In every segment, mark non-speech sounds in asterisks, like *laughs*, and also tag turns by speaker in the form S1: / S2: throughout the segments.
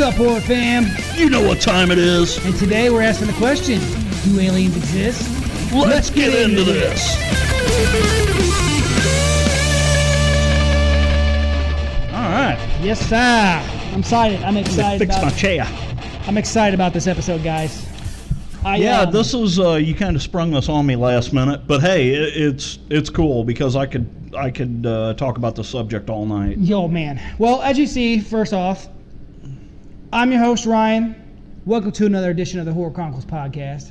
S1: up, horror fam?
S2: You know what time it is.
S1: And today we're asking the question Do aliens exist?
S2: Let's get into this.
S1: All right. Yes, sir. I'm excited. I'm excited.
S2: Fix my
S1: About,
S2: chair.
S1: I'm excited about this episode, guys. I,
S2: Yeah,
S1: um,
S2: this is uh, you kind of sprung this on me last minute, but hey, it, it's it's cool because I could I could uh, talk about the subject all night.
S1: Yo, man. Well, as you see, first off, I'm your host, Ryan. Welcome to another edition of the Horror Chronicles podcast.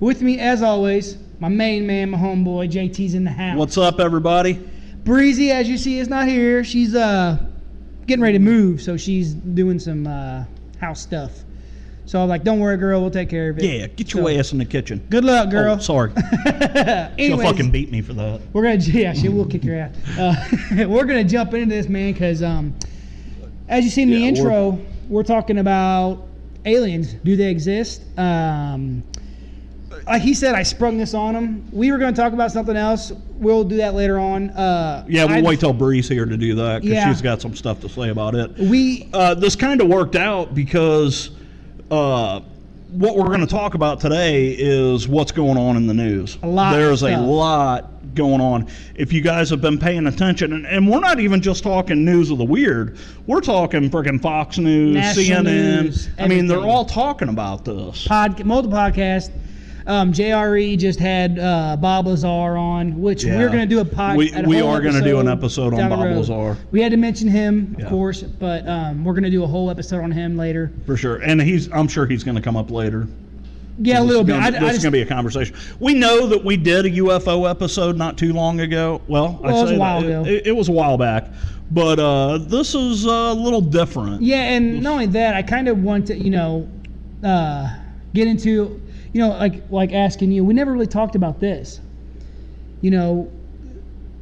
S1: With me, as always, my main man, my homeboy, JT's in the house.
S2: What's up, everybody?
S1: Breezy, as you see, is not here. She's uh getting ready to move, so she's doing some uh, house stuff. So I'm like, don't worry, girl, we'll take care of it.
S2: Yeah, get your
S1: So,
S2: ass in the kitchen.
S1: Good luck, girl. *laughs*
S2: Oh, sorry, she'll
S1: Anyways,
S2: fucking beat me for that.
S1: we're gonna yeah, she will kick your ass. Uh, *laughs* we're gonna jump into this, man, because um, as you see in the
S2: Yeah, we're-
S1: intro, we're, talking about aliens. Do they exist? Um, like he said, I sprung this on him. We were gonna talk about something else. We'll do that later on. Uh,
S2: Yeah, we'll
S1: I-
S2: wait till Bree's here to do that because
S1: Yeah.
S2: she's got some stuff to say about it.
S1: We
S2: uh, this kind of worked out because uh, what we're going to talk about today is what's going on in the news. A
S1: lot of
S2: There's a
S1: stuff.
S2: lot going on. If you guys have been paying attention, and, and we're not even just talking news of the weird, we're talking freaking Fox News,
S1: National
S2: CNN.
S1: news,
S2: I mean, they're
S1: everything.
S2: all talking about this.
S1: pod multiple podcasts. Um, JRE just had uh, Bob Lazar on, which
S2: Yeah.
S1: we're going to do a podcast.
S2: We- we are gonna do an episode on Bob Lazar.
S1: We had to mention him, of
S2: Yeah.
S1: course, but um, we're going to do a whole episode on him later.
S2: For sure, and he's—I'm sure he's going to come up later.
S1: Yeah, a little
S2: It's
S1: bit.
S2: gonna-
S1: I, I
S2: this is
S1: just,
S2: going to be a conversation. We know that we did a UFO episode not too long ago. Well, I
S1: Well, it was
S2: say
S1: a while
S2: that, it-
S1: ago.
S2: It, it was a while back, but uh, this is a little different.
S1: yeah, and not only that, I kind of want to, you know, uh, get into, you know, like like asking you. We never really talked about this. You know,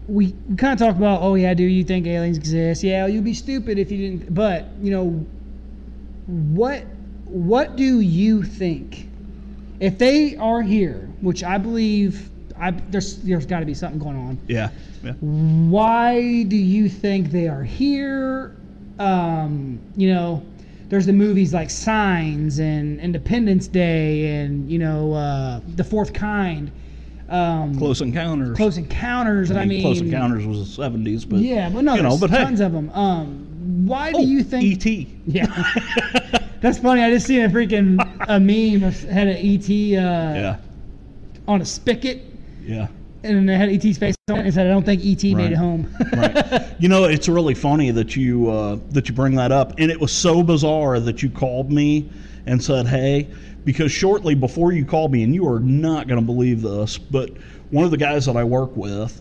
S1: we, we kind of talk about, oh yeah, do you think aliens exist? Yeah, you'd be stupid if you didn't. But you know, what what do you think if they are here? Which I believe, I there's there's got to be something going on.
S2: yeah, yeah.
S1: why do you think they are here? Um, you know, there's the movies like Signs and Independence Day and, you know, uh, The Fourth Kind, um, Close,
S2: Close Encounters.
S1: Encounters. And I mean,
S2: Close Encounters was the '70s, but
S1: Yeah, but no,
S2: you know,
S1: there's
S2: but hey,
S1: tons of them. Um, why do
S2: Oh,
S1: you think. *laughs*
S2: ET?
S1: Yeah. That's funny. I just seen a freaking a meme of- had an ET uh,
S2: *laughs* yeah,
S1: on a spigot,
S2: yeah.
S1: and it had ET's face on it. And said, "I don't think ET
S2: Right.
S1: made it home." *laughs*
S2: Right. you know, it's really funny that you uh, that you bring that up, and it was so bizarre that you called me and said, "Hey," because shortly before you called me, and you are not going to believe this, but one of the guys that I work with,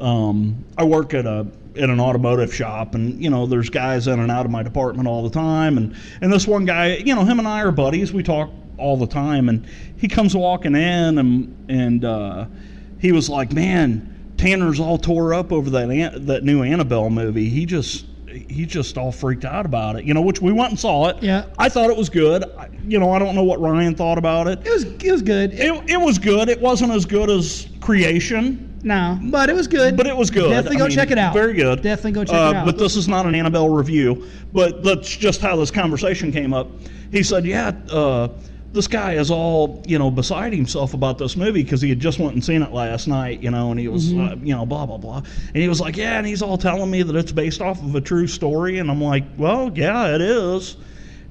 S2: um, I work at a at an automotive shop, and you know, there's guys in and out of my department all the time, and and this one guy, you know, him and I are buddies. We talk all the time, and he comes walking in, and and uh, he was like, "Man." Tanner's all tore up over that An- that new Annabelle movie. He just he just all freaked out about it, you know. Which we went and saw it.
S1: Yeah.
S2: I thought it was good. I, you know, I don't know what Ryan thought about it.
S1: It was it was good.
S2: It, it was good. It wasn't as good as Creation,
S1: No, but it was good.
S2: but it was good.
S1: Definitely
S2: I
S1: go
S2: mean,
S1: check it out.
S2: Very good.
S1: Definitely go check
S2: Uh,
S1: it out.
S2: But this is not an Annabelle review. But that's just how this conversation came up. He said, "Yeah." Uh, this guy is all you know beside himself about this movie because he had just went and seen it last night, you know, and he was
S1: Mm-hmm.
S2: uh, you know blah blah blah, and he was like, yeah, and he's all telling me that it's based off of a true story, and I'm like, well, yeah, it is,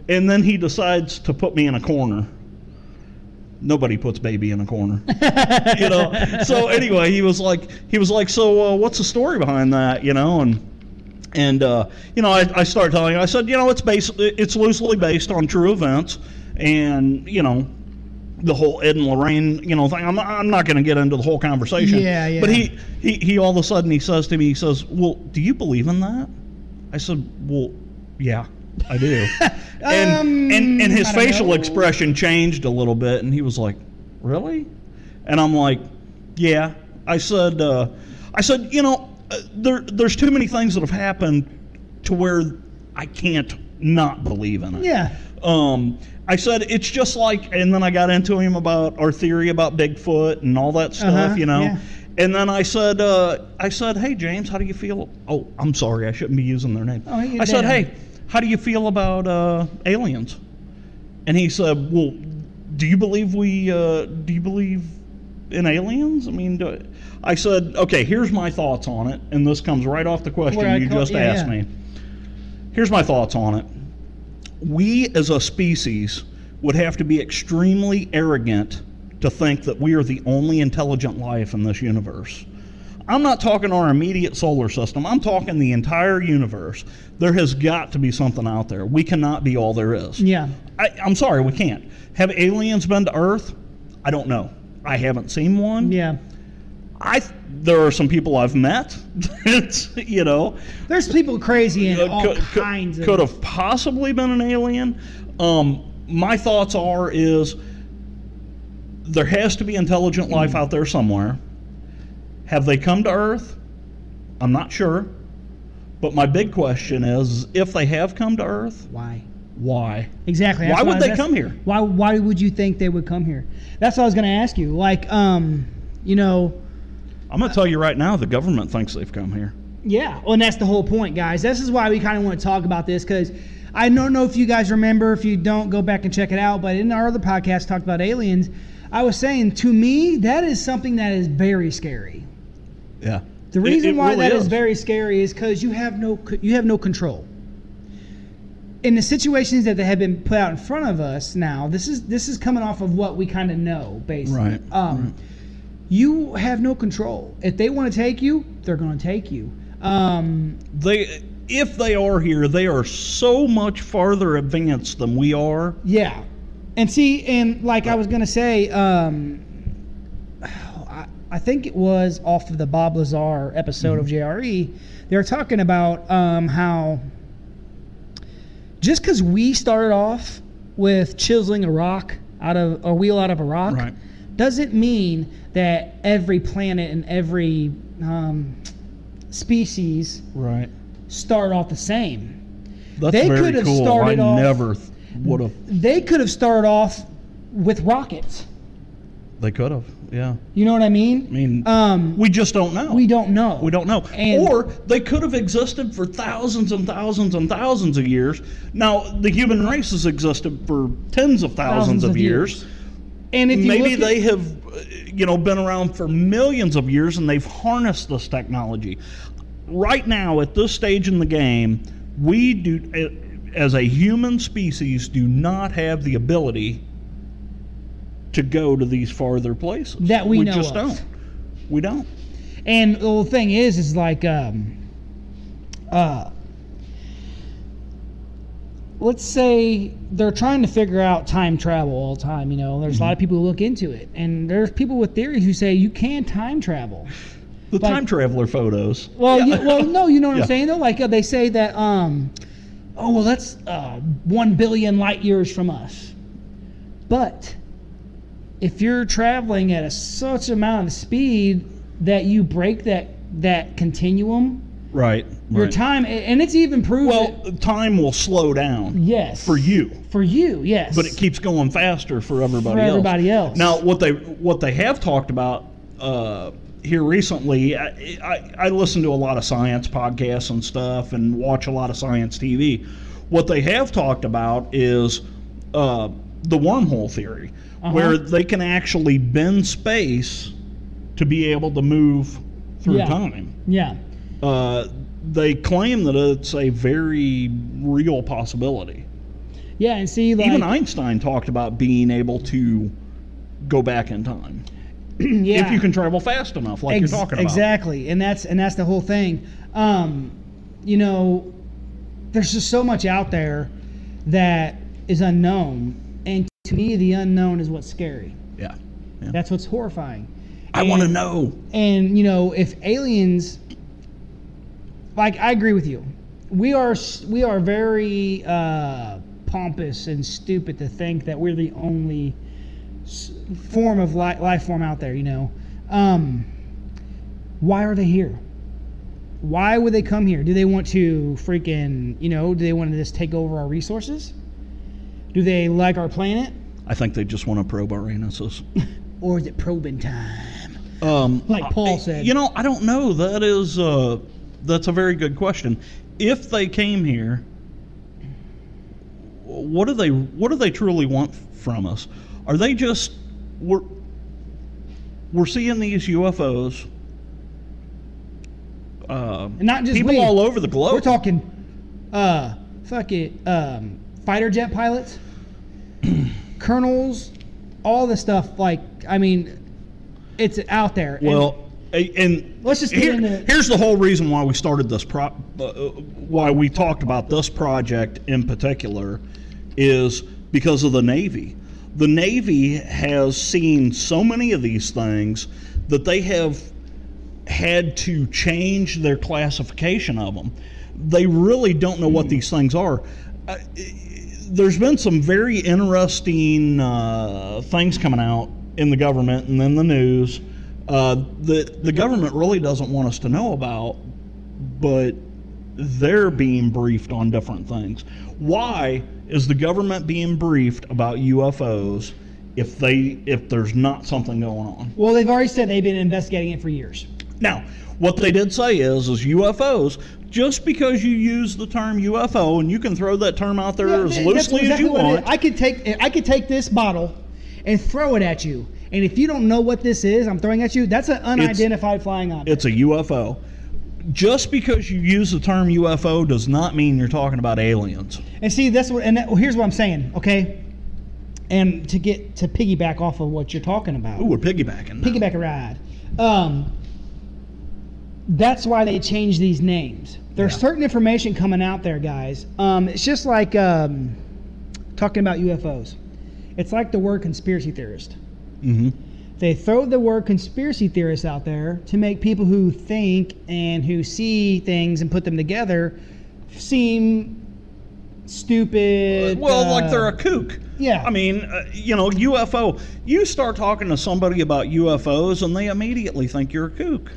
S2: and then he decides to put me in a corner. Nobody puts baby in a corner, *laughs* you know. So anyway, he was like, he was like, so uh, what's the story behind that, you know, and. And uh, you know, I, I started telling her. I said, you know, it's based, it's loosely based on true events, and you know, the whole Ed and Lorraine, you know, thing. I'm, I'm not going to get into the whole conversation.
S1: Yeah, yeah.
S2: But he, he, he, all of a sudden, he says to me, he says, "Well, do you believe in that?" I said, "Well, yeah, I do."
S1: *laughs*
S2: and,
S1: Um,
S2: and and his
S1: I don't
S2: facial
S1: know.
S2: expression changed a little bit, and he was like, "Really?" And I'm like, "Yeah." I said, uh, "I said, you know, uh, there there's too many things that have happened to where I can't not believe in it."
S1: yeah,
S2: Um, I said it's just like, and then I got into him about our theory about Bigfoot and all that stuff,
S1: Uh-huh,
S2: you know.
S1: yeah.
S2: And then I said, uh, I said, hey James, how do you feel? Oh, I'm sorry, I shouldn't be using their name.
S1: Oh, you
S2: I said,
S1: did.
S2: hey, how do you feel about uh, aliens? And he said, well, do you believe we, uh, do you believe in aliens? I mean, do, I said, okay, here's my thoughts on it, and this comes right off the question
S1: Where I
S2: you
S1: call-
S2: just
S1: yeah,
S2: asked
S1: yeah.
S2: me. Here's my thoughts on it. We as a species would have to be extremely arrogant to think that we are the only intelligent life in this universe. I'm not talking our immediate solar system. I'm talking the entire universe. There has got to be something out there. We cannot be all there is.
S1: Yeah.
S2: I, I'm sorry, we can't. Have aliens been to Earth? I don't know. I haven't seen one.
S1: Yeah.
S2: I there are some people I've met. *laughs* It's, you know,
S1: There's people crazy in
S2: uh,
S1: all
S2: could, could-
S1: kinds
S2: could
S1: of.
S2: have possibly been an alien. Um, my thoughts are is there has to be intelligent life out there somewhere. Have they come to Earth? I'm not sure. But my big question is if they have come to Earth,
S1: Why?
S2: why?
S1: Exactly.
S2: Why
S1: that's
S2: would they
S1: that's-
S2: come here?
S1: Why Why would you think they would come here? That's what I was going to ask you. Like, um, you know,
S2: I'm going to tell you right now the government thinks they've come here.
S1: Yeah, well, and that's the whole point, guys. This is why we kind of want to talk about this because I don't know if you guys remember. If you don't, go back and check it out. But in our other podcast, talked about aliens. I was saying to me that is something that is very scary.
S2: Yeah.
S1: The reason why that is. very scary is because you have no c- you have no control. In the situations that they have been put out in front of us now, this is this is coming off of what we kind of know, basically.
S2: Right,
S1: Um, You have no control. If they want to take you, they're going to take you. Um,
S2: they if they are here, they are so much farther advanced than we are.
S1: Yeah, and see, and like I was gonna say, um, I, I think it was off of the Bob Lazar episode of JRE. They were talking about um, how just because we started off with chiseling a rock out of a wheel out of a rock,
S2: Right.
S1: doesn't mean that every planet and every um, species
S2: Right.
S1: start off the same.
S2: That's
S1: They
S2: very
S1: could have
S2: cool.
S1: started
S2: I
S1: off-
S2: never would have.
S1: They could have started off with rockets.
S2: They could have. Yeah.
S1: You know what I mean?
S2: I mean,
S1: Um,
S2: we just don't know.
S1: we don't know.
S2: We don't know.
S1: And-
S2: or they could have existed for thousands and thousands and thousands of years. Now the human race has existed for tens of
S1: Thousands
S2: thousands, of,
S1: of
S2: years.
S1: And if you
S2: Maybe
S1: look at-
S2: they have, uh, you know, been around for millions of years and they've harnessed this technology. Right now, at this stage in the game, we do, uh, as a human species, do not have the ability to go to these farther places.
S1: That we know
S2: just
S1: of.
S2: don't. We don't.
S1: and the whole thing is is like um, uh, let's say they're trying to figure out time travel all the time. You know, there's a lot
S2: Mm-hmm.
S1: of people who look into it, and there's people with theories who say you can time travel.
S2: The
S1: Like-
S2: time traveler photos.
S1: Well, you, well, no, you know what
S2: Yeah.
S1: I'm saying though. Like uh, they say that, um, oh well, that's uh, one billion light years from us. But if you're traveling at a such amount of speed that you break that that continuum,
S2: *laughs* right.
S1: your
S2: right.
S1: time a- and it's even proven.
S2: Well, time will slow down
S1: yes,
S2: for you.
S1: for you, yes,
S2: but it keeps going faster for everybody
S1: For
S2: else.
S1: everybody else.
S2: Now, what they what they have talked about uh, here recently, I, I, I listen to a lot of science podcasts and stuff, and watch a lot of science TV. What they have talked about is uh, the wormhole theory,
S1: Uh-huh.
S2: where they can actually bend space to be able to move through
S1: Yeah.
S2: time.
S1: yeah.
S2: Uh, they claim that it's a very real possibility.
S1: Yeah, and see, like, *clears throat*
S2: Even Einstein talked about being able to go back in time
S1: yeah.
S2: if you can travel fast enough, like
S1: Ex-
S2: you're talking about.
S1: Exactly, and that's and that's the whole thing. Um, you know, there's just so much out there that is unknown, and to me, the unknown is what's scary.
S2: Yeah. yeah.
S1: That's what's horrifying.
S2: I want to know.
S1: And you know, if aliens, like I agree with you, we are s- we are very uh, pompous and stupid to think that we're the only s- form of li- life form out there. You know, um, why are they here? Why would they come here? Do they want to freaking you know? Do they want to just take over our resources? Do they like our planet,
S2: I think they just want to probe our anuses.
S1: or is it probing time?
S2: Um,
S1: Like Paul
S2: I-
S1: said.
S2: You know, I don't know. That is, uh, that's a very good question. If they came here, what do they what do they truly want from us? Are they just we're we're seeing these UFOs? Uh,
S1: And not just
S2: people
S1: we.
S2: all over the globe.
S1: We're talking, uh, fuck it, um, fighter jet pilots, *clears throat* colonels, all the stuff. Like, I mean, it's out there. And
S2: Well, a- and
S1: Let's just get
S2: here-
S1: into-
S2: here's the whole reason why we started this pro, uh, uh, why we talked about this project in particular, is because of the Navy. The Navy has seen so many of these things that they have had to change their classification of them. They really don't know what these things are. Uh, there's been some very interesting uh, things coming out in the government and in the news uh, that the government really doesn't want us to know about, but they're being briefed on different things. Why is the government being briefed about UFOs if they if there's not something going on?
S1: well, they've already said they've been investigating it for years.
S2: Now, what they did say is, is UFOs. Just because you use the term UFO and you can throw that term out there as
S1: Yeah, that's
S2: loosely as
S1: exactly
S2: you
S1: what it is.
S2: want,
S1: I could take I could take this bottle and throw it at you. And if you don't know what this is, I'm throwing at you. That's an unidentified flying object.
S2: it's a UFO. Just because you use the term UFO does not mean you're talking about aliens.
S1: And see, that's what. And that, well, here's what I'm saying, okay? And to get to piggyback off of what you're talking about,
S2: Ooh, we're piggybacking. now.
S1: piggyback a ride. Um, that's why they change these names. There's
S2: Yeah.
S1: certain information coming out there, guys. Um, it's just like um, talking about UFOs. It's like the word conspiracy theorist.
S2: Mhm.
S1: They throw the word conspiracy theorist out there to make people who think and who see things and put them together seem stupid.
S2: Well,
S1: uh,
S2: like they're a kook.
S1: yeah.
S2: I mean, uh, you know, UFO. You start talking to somebody about UFOs, and they immediately think you're a kook.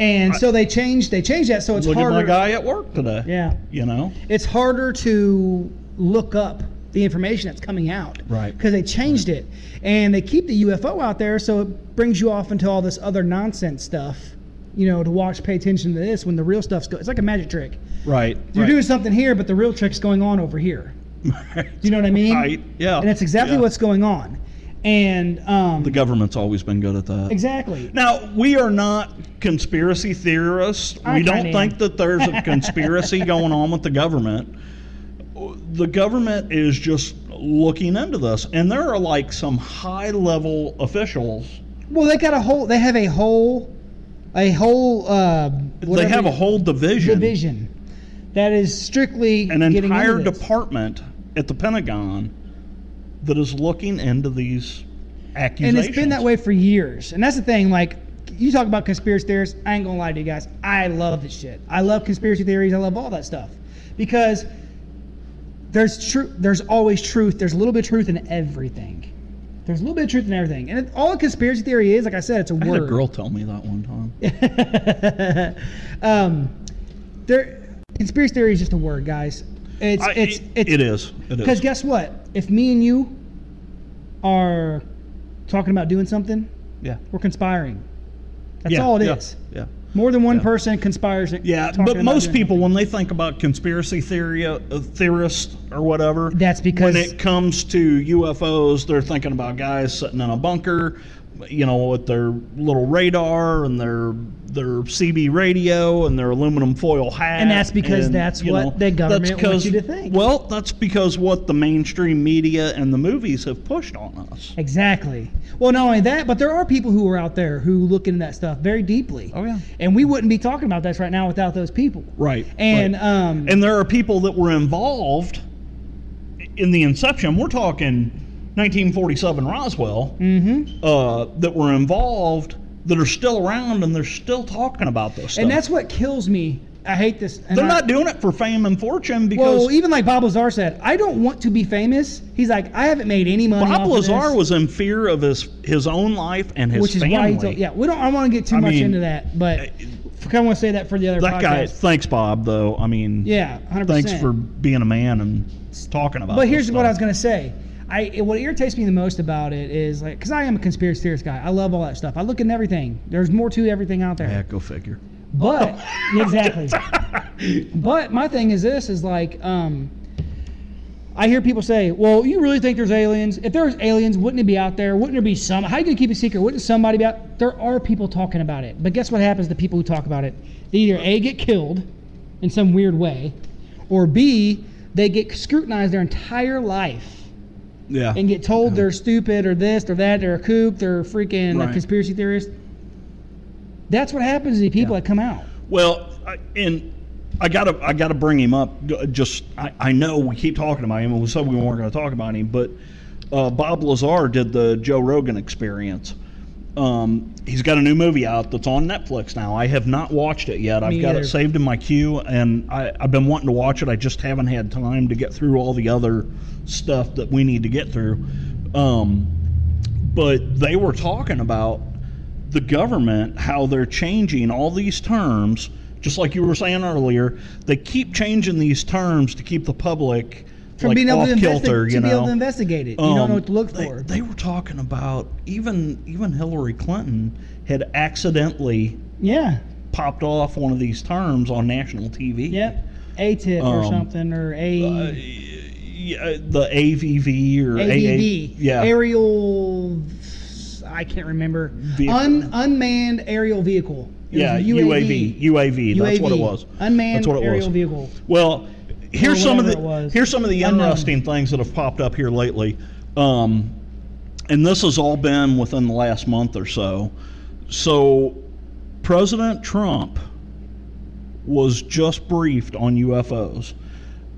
S1: and so they change they change that so it's
S2: Look
S1: harder.
S2: at my guy at work today.
S1: Yeah.
S2: You know.
S1: it's harder to look up the information that's coming out.
S2: Right.
S1: Because they changed it. And they keep the UFO out there, so it brings you off into all this other nonsense stuff, you know, to watch, pay attention to this when the real stuff's go. It's like a magic trick.
S2: Right.
S1: You're
S2: right.
S1: doing something here, but the real trick's going on over here.
S2: *laughs*
S1: Do you know what I mean?
S2: Right, yeah,
S1: And that's exactly
S2: yeah.
S1: what's going on. And, um,
S2: The government's always been good at that.
S1: exactly.
S2: Now, we are not conspiracy theorists.
S1: I
S2: we don't
S1: kinda
S2: think
S1: am.
S2: that there's
S1: *laughs*
S2: a conspiracy going on with the government. The government is just looking into this, and there are like some high level officials.
S1: Well, they got a whole, they have a whole, a whole, uh,
S2: they have
S1: whatever-
S2: a whole division,
S1: division that is strictly
S2: an
S1: getting
S2: entire
S1: into this.
S2: department at the Pentagon that is looking into these
S1: and
S2: accusations.
S1: it's been that way for years. And that's the thing, like you talk about conspiracy theorists, I ain't gonna lie to you guys. I love this shit. I love conspiracy theories, I love all that stuff. Because there's truth there's always truth. There's a little bit of truth in everything. There's a little bit of truth in everything. And it, all a conspiracy theory is, like I said, it's a
S2: I
S1: word.
S2: had a girl tell me that one time.
S1: *laughs* um there conspiracy theory is just a word, guys. It's
S2: I-
S1: it's it's
S2: it is. It
S1: Because
S2: is.
S1: guess what? If me and you are talking about doing something,
S2: yeah.
S1: we're conspiring. That's
S2: yeah,
S1: all it is.
S2: yeah, Yeah.
S1: More than one
S2: Yeah.
S1: person conspires. at-
S2: Yeah,
S1: talking
S2: but
S1: about
S2: most
S1: doing
S2: people,
S1: something.
S2: when they think about conspiracy theory uh, theorists or whatever,
S1: That's because-
S2: when it comes to UFOs, they're thinking about guys sitting in a bunker, you know, with their little radar and their their CB radio and their aluminum foil hat.
S1: And that's because that's
S2: you
S1: what the government wants
S2: 'cause-
S1: you to think.
S2: Well, that's because what the mainstream media and the movies have pushed on us.
S1: Exactly. Well, not only that, but there are people who are out there who look into that stuff very deeply.
S2: Oh, yeah.
S1: And we wouldn't be talking about this right now without those people.
S2: Right.
S1: And
S2: right.
S1: um.
S2: and there are people that were involved in the inception. We're talking 1947 Roswell
S1: mm-hmm.
S2: uh, that were involved that are still around and they're still talking about this stuff.
S1: And that's what kills me. I hate this. and
S2: they're
S1: I-
S2: not doing it for fame and fortune because
S1: Well, even like Bob Lazar said, I don't want to be famous. He's like, I haven't made any money. off
S2: Bob
S1: of
S2: Lazar
S1: this."
S2: was in fear of his his own life and his
S1: which is
S2: family.
S1: why he told, yeah we don't i want to get too
S2: I
S1: much
S2: mean,
S1: into that but i want to say that for the other
S2: That
S1: podcast.
S2: guy, thanks Bob. Though I mean,
S1: yeah 100
S2: thanks for being a man and talking about.
S1: but
S2: this
S1: here's what i was
S2: stuff.
S1: going to say i it- what irritates me the most about it is like because i am a conspiracy theorist guy i love all that stuff i look in everything there's more to everything out there
S2: Yeah, go figure.
S1: But exactly. but my thing is this: is like, um, I hear people say, "Well, you really think there's aliens? If there's aliens, wouldn't it be out there? Wouldn't there be some? How you gonna keep it secret? Wouldn't somebody be out?" There are people talking about it, but guess what happens to people who talk about it? They either a get killed in some weird way, or b they get scrutinized their entire life
S2: Yeah.
S1: and get told they're stupid or this or that, they're a kook, they're a freaking a
S2: Right.
S1: conspiracy theorist. That's what happens to the people that come out.
S2: Well, I- and I gotta I gotta bring him up. uh, Just I, I know we keep talking about him, and we said we weren't going to talk about him, but uh, Bob Lazar did the Joe Rogan Experience. Um, he's got a new movie out that's on Netflix now. I have not watched it yet. I've got
S1: either.
S2: it saved in my queue, and I, I've been wanting to watch it. I just haven't had time to get through all the other stuff that we need to get through. Um, but they were talking about the government, how they're changing all these terms, just like you were saying earlier. They keep changing these terms to keep the public
S1: From
S2: like,
S1: being able
S2: off
S1: to, investi-
S2: kilter.
S1: to
S2: you know,
S1: be able to investigate it. you don't
S2: Um,
S1: know what to look
S2: they-
S1: for.
S2: They, were talking about even even Hillary Clinton had accidentally
S1: yeah.
S2: popped off one of these terms on national TV.
S1: Yep. A tip or
S2: Um,
S1: something or A
S2: Uh, yeah, the AVV or
S1: AVV.
S2: AA yeah.
S1: Aerial I can't remember.
S2: Vehicle.
S1: Un, unmanned aerial vehicle. It was
S2: Yeah, UAV, UAV, that's what it
S1: UAV,
S2: was.
S1: Unmanned
S2: That's what it
S1: aerial
S2: was.
S1: vehicle.
S2: Well, here's some of
S1: whatever it
S2: the
S1: was.
S2: here's some of the
S1: Unknown.
S2: interesting things that have popped up here lately, um, and this has all been within the last month or so. So, President Trump was just briefed on UFOs.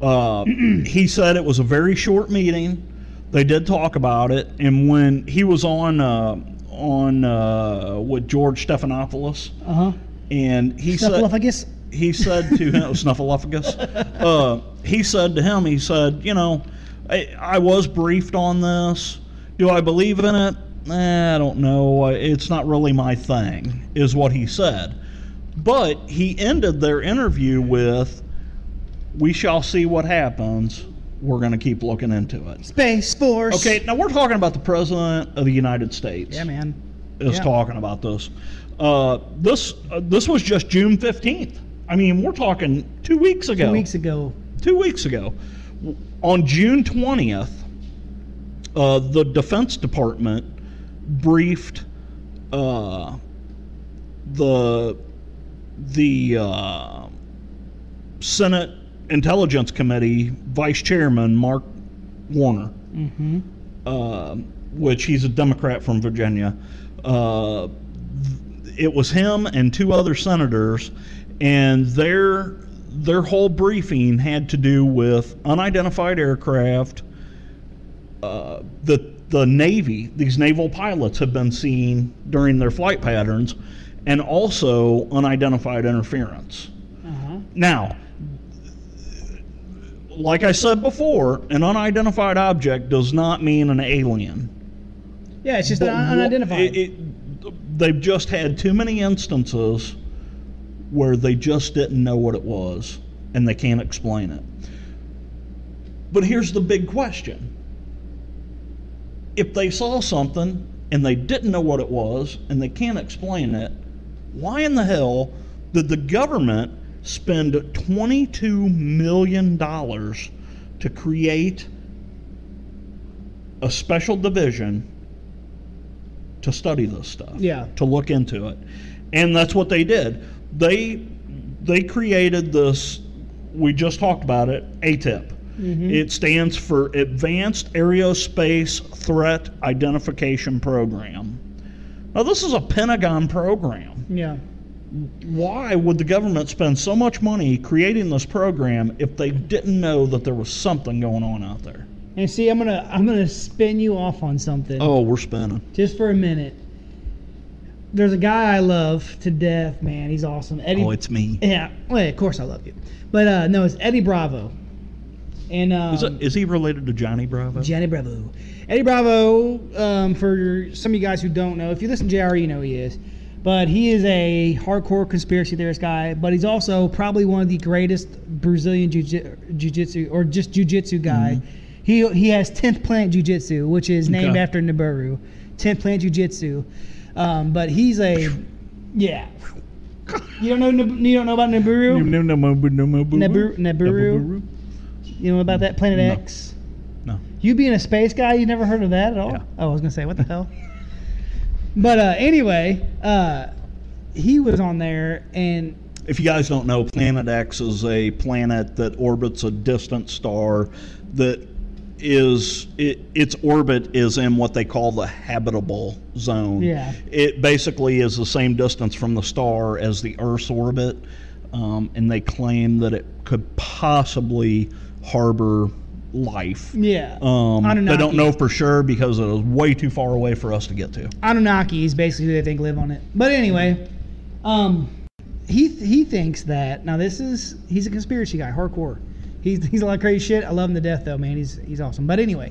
S2: Uh, *clears throat* he said it was a very short meeting. They did talk about it, and when he was on uh, on uh, with George Stephanopoulos,
S1: Uh huh.
S2: and he said
S1: Snuffleupagus.
S2: he said to him, *laughs* Snuffleupagus, uh, he said to him, he said, you know, I, I was briefed on this. Do I believe in it? Eh, I don't know. I- It's not really my thing, is what he said. But he ended their interview with, we shall see what happens. We're going to keep looking into it.
S1: Space Force.
S2: Okay, now we're talking about the President of the United States
S1: Yeah, man.
S2: is
S1: Yeah.
S2: talking about this. Uh, this uh, this was just June fifteenth. I mean, we're talking two weeks ago.
S1: Two weeks ago.
S2: Two weeks ago, W- on June twentieth, uh, the Defense Department briefed uh, the the uh, Senate Intelligence Committee Vice Chairman Mark Warner
S1: Mm-hmm.
S2: uh, which he's a Democrat from Virginia. Uh, th- it was him and two other senators, and their their whole briefing had to do with unidentified aircraft. Uh, the the Navy, these naval pilots have been seen during their flight patterns, and also unidentified interference.
S1: Uh-huh.
S2: Now, like I said before, an unidentified object does not mean an alien.
S1: Yeah, it's just
S2: But
S1: un-
S2: wha-
S1: unidentified.
S2: it- it- they've just had too many instances where they just didn't know what it was and they can't explain it. But here's the big question if they saw something and they didn't know what it was and they can't explain it, why in the hell did the government spend $22 million to create a special division to study this stuff?
S1: Yeah.
S2: To look into it. And that's what they did. They they created this we just talked about it, ATIP.
S1: Mm-hmm.
S2: It stands for Advanced Aerospace Threat Identification Program. Now, this is a Pentagon program.
S1: yeah.
S2: Why would the government spend so much money creating this program if they didn't know that there was something going on out there?
S1: And see, I'm gonna I'm gonna spin you off on something
S2: Oh, we're spinning.
S1: just for a minute. There's a guy I love to death, man. He's awesome. Eddie.
S2: Oh, it's me.
S1: yeah. Well, of course I love you, but uh, no, it's Eddie Bravo. And um,
S2: Is, it, is he related to Johnny Bravo?
S1: Johnny Bravo. Eddie Bravo, um, for some of you guys who don't know, if you listen to JR, you know he is. But he is a hardcore conspiracy theorist guy, but he's also probably one of the greatest Brazilian jiu- jiu-jitsu or just jiu-jitsu guy. He, he has 10th Planet Jiu-Jitsu, which is named
S2: Mm-hmm. Okay.
S1: after Nibiru. 10th Planet Jiu-Jitsu. Um, but he's a...
S2: *laughs*
S1: Yeah. You don't know Nib- you don't know about Nibiru?
S2: Nibiru.
S1: Nibiru. You know about that Planet
S2: No.
S1: X? You being a space guy, you never heard of that at all?
S2: Yeah.
S1: Oh, I was gonna say, what the hell? But uh, anyway, uh, he was on there, and
S2: If you guys don't know, Planet X is a planet that orbits a distant star that is it, its orbit is in what they call the habitable zone.
S1: Yeah.
S2: It basically is the same distance from the star as the Earth's orbit, um, and they claim that it could possibly harbor life.
S1: yeah,
S2: Um, they don't
S1: Anunnaki.
S2: know for sure because it is way too far away for us to get to.
S1: Anunnaki is basically who they think live on it. But anyway, um, he he thinks that now this is he's a conspiracy guy, hardcore. He's he's a lot of crazy shit. I love him to death though, man. He's he's awesome. But anyway,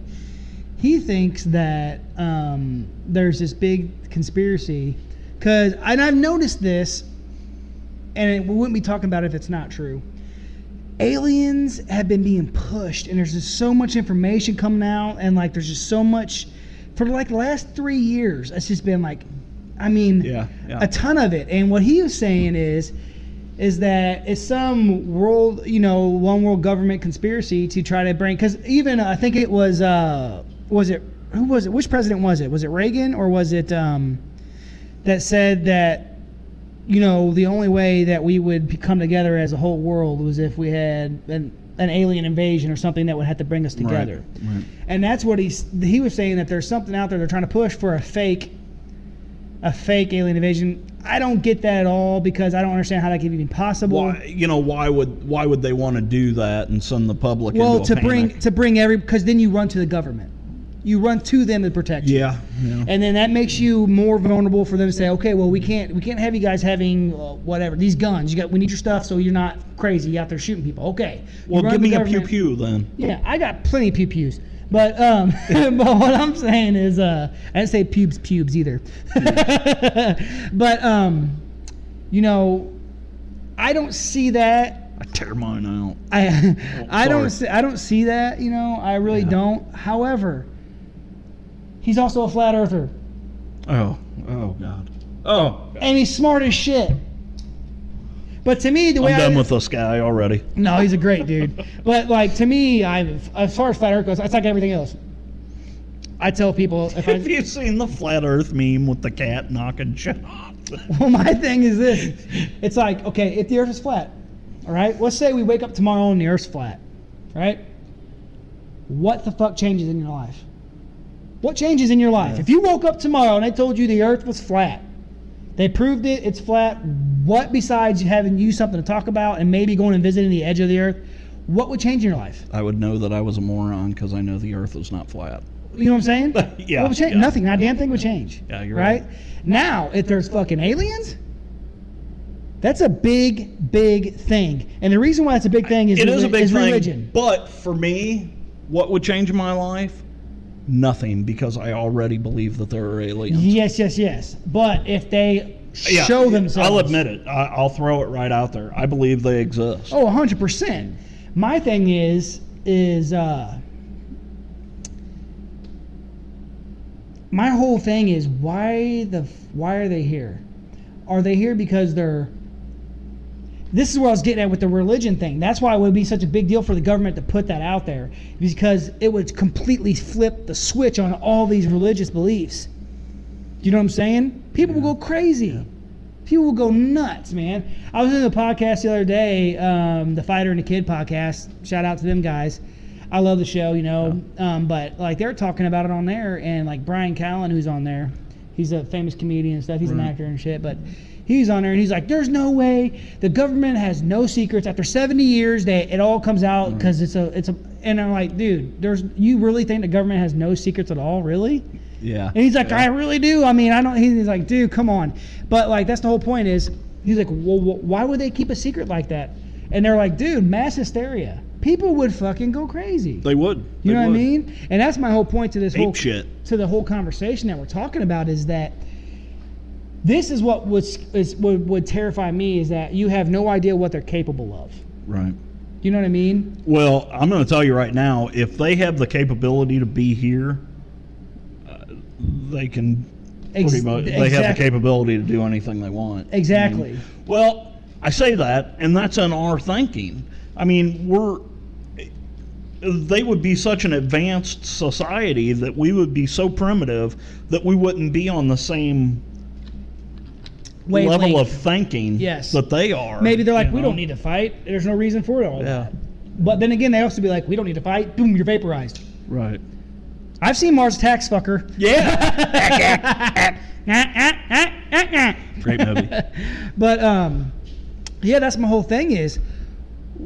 S1: he thinks that um, there's this big conspiracy because and I've noticed this, and it, we wouldn't be talking about it if it's not true. Aliens have been being pushed, and there's just so much information coming out, and like there's just so much for like the last three years. It's just been like, I mean,
S2: Yeah, yeah.
S1: a ton of it. And what he was saying is, is that it's some world, you know, one world government conspiracy to try to bring. Because even uh, I think it was, uh, was it who was it? Which president was it? Was it Reagan or was it um, that said that you know the only way that we would be- come together as a whole world was if we had an an alien invasion or something that would have to bring us together.
S2: Right.
S1: And that's what he's he was saying that there's something out there they're trying to push for a fake a fake alien invasion. I don't get that at all because I don't understand how that could even be possible.
S2: why you know why would why would they want to do that and send the public
S1: Well,
S2: into
S1: to
S2: a
S1: bring
S2: panic?
S1: to bring every because then you run to the government. You run to them to protect you.
S2: yeah, yeah
S1: and then that makes you more vulnerable for them to say, okay, well, we can't, we can't have you guys having uh, whatever these guns. You got, we need your stuff, so you're not crazy out there shooting people. Okay. You
S2: well
S1: run
S2: give
S1: the
S2: me a pew
S1: government-
S2: pew then
S1: Yeah, I got plenty of pew pews, but um, *laughs* but what I'm saying is, uh, I didn't say pubes pubes either, *laughs* but um, you know, I don't see that
S2: i tear mine out
S1: I *laughs* I
S2: sorry.
S1: don't see, I don't see that. You know, I really
S2: Yeah.
S1: don't. However, he's also a flat earther,
S2: oh oh god oh
S1: and he's smart as shit. But to me, the way
S2: i'm
S1: I,
S2: done with this guy already
S1: no, he's a great dude. But like to me, I as far as flat earth goes, it's like everything else. I tell people
S2: *laughs*
S1: if
S2: have
S1: I
S2: you seen the flat earth meme with the cat knocking shit off
S1: *laughs* well, my thing is this, it's like okay, if the earth is flat, all right. Let's say we wake up tomorrow and the earth's flat, right? What the fuck changes in your life? What changes in your life?
S2: Yeah.
S1: If you woke up tomorrow and they told you the earth was flat, they proved it, it's flat, what besides having you something to talk about and maybe going and visiting the edge of the earth, what would change in your life?
S2: i would know that i was a moron because i know the earth is not flat
S1: You know what I'm saying?
S2: *laughs* Yeah,
S1: What would change?
S2: yeah.
S1: Nothing. Not a damn thing would change.
S2: Yeah, you're right.
S1: Now, if there's fucking aliens, that's a big, big thing. And the reason why it's a big thing is,
S2: it is a
S1: reli-
S2: big thing
S1: religion.
S2: but for me what would change my life nothing because i already believe that there are aliens
S1: Yes, yes, yes. But if they
S2: Yeah,
S1: show themselves,
S2: I'll admit it. I, I'll throw it right out there. I believe they exist.
S1: Oh, 100%. My thing is, is, uh, my whole thing is why the, f- why are they here? Are they here because they're, this is where I was getting at with the religion thing. That's why it would be such a big deal for the government to put that out there, because it would completely flip the switch on all these religious beliefs. You know what I'm saying? People will go crazy. People will go nuts, man. I was in the podcast the other day, um, the Fighter and the Kid podcast. Shout out to them guys. I love the show, you know. Um, but like they're talking about it on there, and like Brian Callen, who's on there, he's a famous comedian and stuff. He's an
S2: Right.
S1: actor and shit, but he's on there and he's like, "There's no way the government has no secrets. After 70 years, they it all comes out because it's a it's a." And I'm like, "Dude, there's you really think the government has no secrets at all, really?"
S2: Yeah.
S1: And he's like, I really do. I mean, I don't. He's like, dude, come on. But like, that's the whole point. Is he's like, well, wh- why would they keep a secret like that? And they're like, dude, mass hysteria. People would fucking go crazy.
S2: They would.
S1: you
S2: They
S1: know what I
S2: would.
S1: mean? And that's my whole point to this whole
S2: Ape shit.
S1: to the whole conversation that we're talking about is that this is what was is, would, would terrify me is that you have no idea what they're capable of.
S2: Right.
S1: You know what I mean?
S2: Well, I'm going to tell you right now if they have the capability to be here, uh, they can
S1: Ex-
S2: pretty much, they have
S1: exact-
S2: the Mm. capability to do anything they want.
S1: Exactly.
S2: Well, I say that, and that's in our thinking. I mean, we're they would be such an advanced society that we would be so primitive that we wouldn't be on the same level of
S1: Wavelength.
S2: thinking
S1: Yes.
S2: that they are.
S1: Maybe they're like,
S2: you
S1: we
S2: know?
S1: don't need to fight. There's no reason for it all.
S2: Yeah.
S1: But then again, they also be like, we don't need to fight. Boom, you're vaporized.
S2: Right.
S1: I've seen Mars Attacks, fucker. *laughs*
S2: Yeah. Great movie.
S1: But um, yeah, that's my whole thing is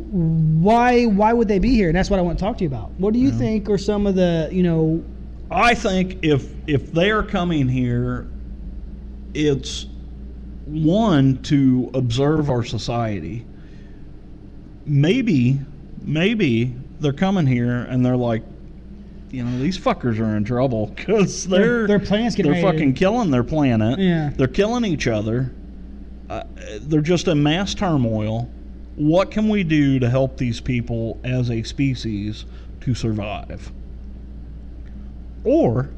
S1: why why would they be here? And that's what I want to talk to you about. What do you think are some of the you know
S2: *laughs* I think if if they are coming here, it's one to observe our society. Maybe, maybe they're coming here and they're like, you know, these fuckers are in trouble *laughs* because
S1: Their-
S2: they're
S1: their planet's getting
S2: they're
S1: ready to-
S2: fucking killing their planet.
S1: Yeah.
S2: they're killing each other. Uh, they're just in mass turmoil. What can we do to help these people as a species to survive? or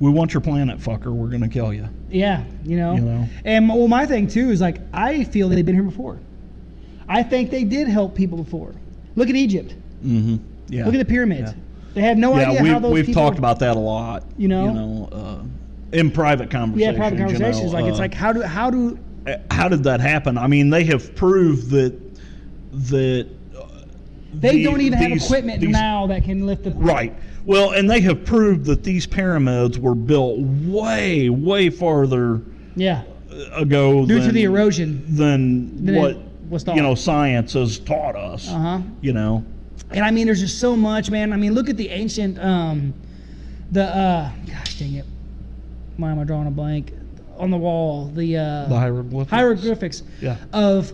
S2: we want your planet, fucker. We're gonna kill you.
S1: yeah you know,
S2: You know.
S1: and well my thing too is like I feel they've been here before. I think they did help people before. Look at Egypt.
S2: Mm-hmm. Yeah.
S1: Look at the pyramids.
S2: Yeah.
S1: They have no
S2: yeah,
S1: idea
S2: we've,
S1: how those
S2: we've
S1: people,
S2: talked about that a lot.
S1: You know?
S2: You know. Uh, in private
S1: yeah
S2: conversations.
S1: private
S2: you know,
S1: conversations. like it's
S2: uh,
S1: like how do how do
S2: how did that happen? I mean, they have proved that that uh,
S1: they
S2: the-
S1: don't even have
S2: these-
S1: equipment
S2: these-
S1: now that can lift the
S2: Right. Well, and they have proved that these pyramids were built way, way farther uh,
S1: yeah
S2: ago
S1: due to
S2: than-
S1: the erosion
S2: than,
S1: than
S2: what
S1: it was thought.
S2: you know science has taught us.
S1: Uh-huh.
S2: You know.
S1: And I mean, there's just so much, man. I mean, look at the ancient, um, the uh, gosh dang it, why am I drawing a blank? On the wall, the uh,
S2: The hieroglyphics.
S1: hieroglyphics
S2: Yeah.
S1: of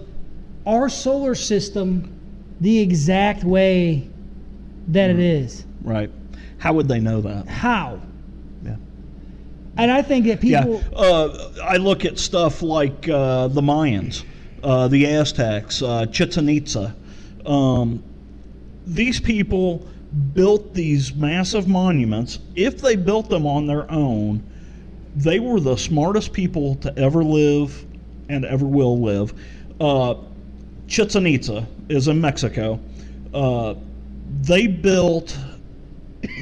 S1: our solar system, the exact way that it
S2: Mm.
S1: is.
S2: Right. How would they know that?
S1: How?
S2: Yeah.
S1: And I think that
S2: Yeah.
S1: people,
S2: Uh, I look at stuff like uh, the Mayans, uh, the Aztecs, uh, Chichen Itza. Um, these people built these massive monuments. If they built them on their own, they were the smartest people to ever live and ever will live. Uh, Chichen Itza is in Mexico. Uh, they built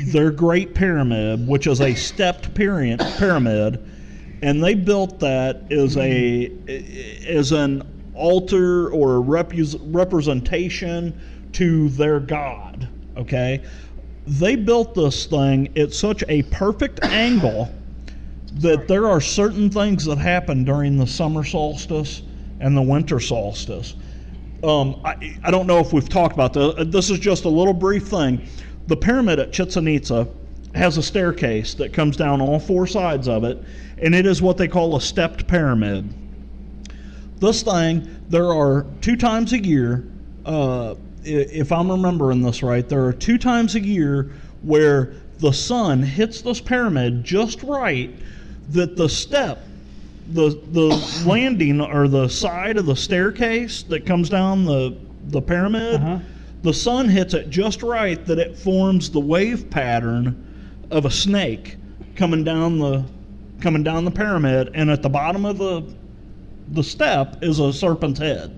S2: their Great Pyramid, which is a stepped pyramid, pyramid, and they built that as a as an altar or a repus- representation to their god. Okay, they built this thing at such a perfect angle that there are certain things that happen during the summer solstice and the winter solstice. Um, I, I don't know if we've talked about this. Uh, This is just a little brief thing. The pyramid at Chichen Itza has a staircase that comes down all four sides of it, and it is what they call a stepped pyramid. This thing, there are two times a year, uh, i- if I'm remembering this right, there are two times a year where the sun hits this pyramid just right that the step the the *coughs* landing or the side of the staircase that comes down the the pyramid,
S1: Uh-huh.
S2: the sun hits it just right that it forms the wave pattern of a snake coming down the coming down the pyramid, and at the bottom of the the step is a serpent's head.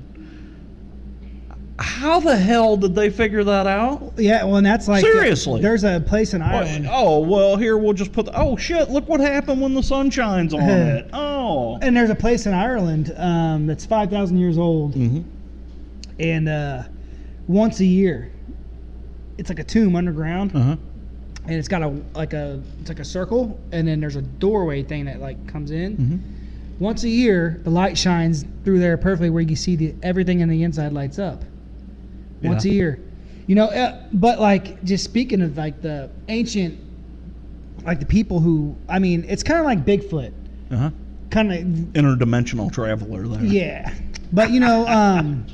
S2: How the hell did they figure that out?
S1: yeah. Well, and that's like
S2: Seriously.
S1: there's a place in Ireland.
S2: Oh well, here we'll just put. The, oh shit! Look what happened when the sun
S1: *laughs*
S2: shines on it. Oh.
S1: And there's a place in Ireland um, that's 5,000 years old,
S2: Mm-hmm.
S1: and uh, once a year, it's like a tomb underground,
S2: Uh huh.
S1: and it's got a like a it's like a circle, and then there's a doorway thing that like comes in.
S2: Mm-hmm.
S1: Once a year, the light shines through there perfectly, where you can see the everything in the inside lights up. Once
S2: Yeah.
S1: a year, you know. Uh, but like just speaking of like the ancient, like the people who I mean, it's kind of like Bigfoot,
S2: Uh huh.
S1: kind of
S2: Interdimensional traveler there.
S1: Yeah, but you know, um,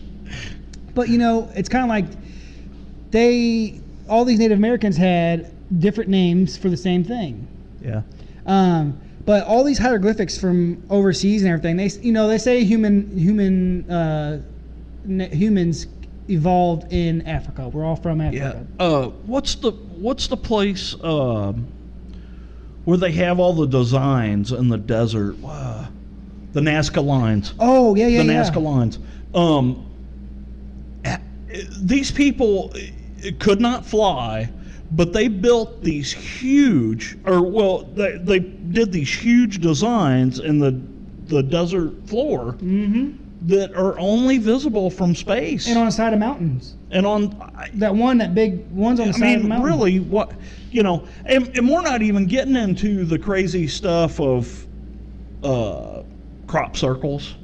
S1: but you know, it's kind of like they all these Native Americans had different names for the same thing.
S2: Yeah.
S1: Um, but all these hieroglyphics from overseas and everything, they s- you know they say human human uh, na- humans evolved in Africa. We're all from
S2: Yeah.
S1: Africa.
S2: Uh, what's the what's the place um, where they have all the designs in the desert? Wow. The Nazca lines.
S1: Oh yeah yeah
S2: the
S1: yeah.
S2: Nazca lines. Um, eh, these people, it could not fly, but they built these huge, or well, they, they did these huge designs in the the desert floor that are only visible from space
S1: Mm-hmm. And on the side of mountains.
S2: and on
S1: That one, that big one's on the
S2: I
S1: side of the
S2: mean,
S1: mountain.
S2: really, what you know, and, and we're not even getting into the crazy stuff of uh, crop circles.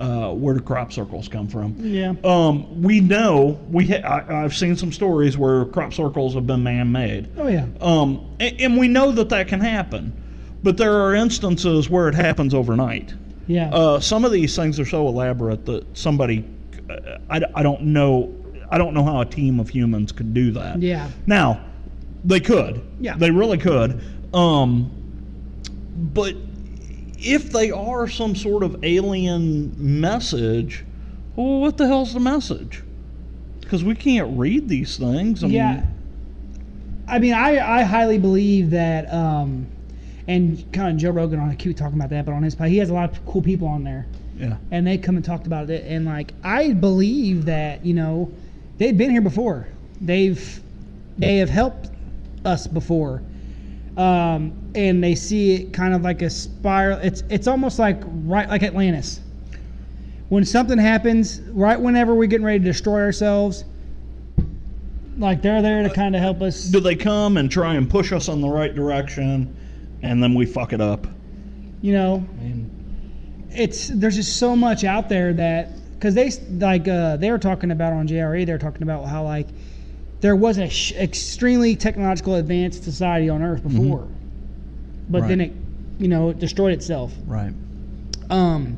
S2: Uh, where do crop circles come from?
S1: Yeah.
S2: Um, we know we ha- I, I've seen some stories where crop circles have been man-made.
S1: oh yeah.
S2: Um, and, and we know that that can happen, but there are instances where it happens overnight.
S1: Yeah.
S2: Uh, some of these things are so elaborate that somebody, uh, I, I don't know, I don't know how a team of humans could do that.
S1: yeah.
S2: Now, they could.
S1: Yeah.
S2: They really could. Um, but if they are some sort of alien message, well, what the hell's the message? Because we can't read these things. I
S1: yeah.
S2: Mean,
S1: I mean, I, I highly believe that, um, and kind of Joe Rogan on Q talking about that, but on his pod, he has a lot of cool people on there,
S2: yeah.
S1: and they come and talked about it. And like, I believe that you know, they've been here before. They've they have helped us before, um, and they see it kind of like a spiral. It's it's almost like right like Atlantis. When something happens, right whenever we're getting ready to destroy ourselves, like they're there to kind of help us.
S2: Do they come and try and push us in the right direction, and then we fuck it up?
S1: You know,
S2: I mean,
S1: it's there's just so much out there that because they s- like uh, they were talking about on JRE they're talking about how like there was a sh- extremely technological advanced society on Earth before, but then
S2: Mm-hmm. Right.
S1: it you know it destroyed itself.
S2: right.
S1: Um,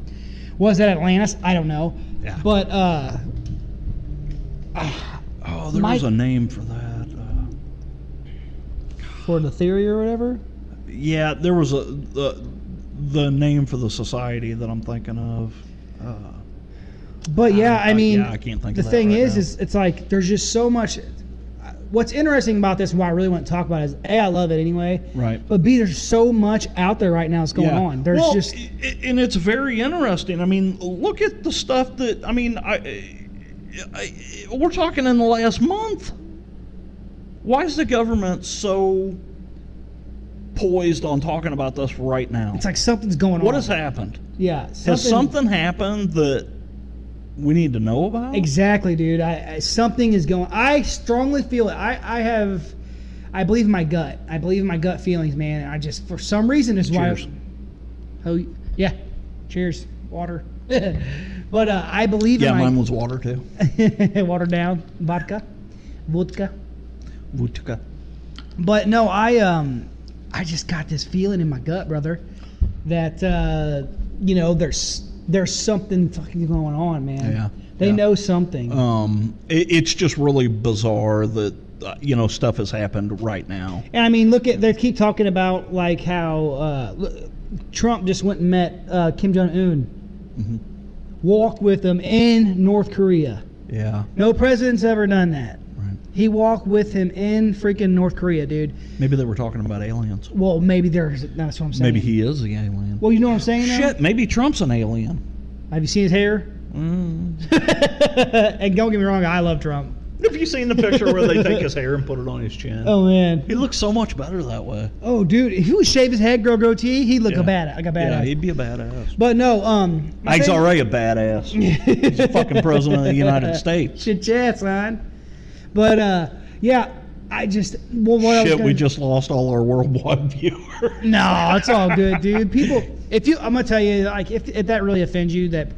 S1: was that Atlantis? I don't know,
S2: Yeah.
S1: but uh,
S2: oh, there
S1: my-
S2: was a name for that. Uh,
S1: for the theory or whatever.
S2: Yeah, there was a the, the name for the society that I'm thinking of. Uh,
S1: But yeah, I
S2: uh,
S1: mean,
S2: yeah, I can't think
S1: the
S2: of that
S1: thing
S2: right
S1: is,
S2: now.
S1: is it's like there's just so much. What's interesting about this and why I really want to talk about it is a I love it anyway,
S2: right.
S1: But B, there's so much out there right now that's going
S2: Yeah.
S1: on. There's
S2: well,
S1: just
S2: i- i- and it's very interesting. I mean, look at the stuff that I mean, I, I, I- we're talking in the last month. Why is the government so poised on talking about this right now?
S1: it's like something's going on.
S2: what has happened?
S1: Yeah,
S2: Has something happened that we need to know about?
S1: Exactly, dude. I, I something is going. I strongly feel it. I I have, I believe in my gut. I believe in my gut feelings, man. And I just for some reason is why.
S2: Cheers.
S1: Oh yeah, cheers. Water. *laughs* but uh, I believe
S2: Yeah, mine
S1: in
S2: was water too.
S1: *laughs* my water down vodka, vodka.
S2: Vodka.
S1: But no, I um, I just got this feeling in my gut, brother, that uh, you know there's there's something fucking going on, man.
S2: Yeah,
S1: They
S2: yeah.
S1: know something.
S2: um, it, it's just really bizarre that uh, you know stuff has happened right now.
S1: and I mean, look at they keep talking about like how uh, l- Trump just went and met uh, Kim Jong Un,
S2: Mm-hmm.
S1: walked with him in North Korea.
S2: Yeah,
S1: No president's ever done that.
S2: right.
S1: He walked with him in freaking North Korea, dude.
S2: Maybe they were talking about aliens.
S1: Well, maybe there's that's what I'm saying.
S2: Maybe he is the alien.
S1: Well, you know what I'm saying. though?
S2: Shit, maybe Trump's an alien.
S1: Have you seen his hair?
S2: Mm.
S1: *laughs* and don't get me wrong, I love Trump.
S2: *laughs* Have you seen the picture where they
S1: *laughs*
S2: take his hair and put it on his chin?
S1: Oh man.
S2: He looks so much better that way.
S1: Oh dude, if he would shave his head, grow grow tea, he'd look
S2: Yeah.
S1: a bad like a
S2: Yeah,
S1: badass.
S2: he'd be a badass.
S1: but no, um, my
S2: He's
S1: favorite-
S2: already a badass.
S1: *laughs*
S2: He's the fucking president of the United States.
S1: Shit, yeah, son. But uh, yeah, I just well, what I was
S2: Shit, we
S1: gonna-
S2: just lost all our worldwide *laughs* viewers.
S1: no, it's all good, dude. People, if you, I'm gonna tell you, like, if, if that really offends you, that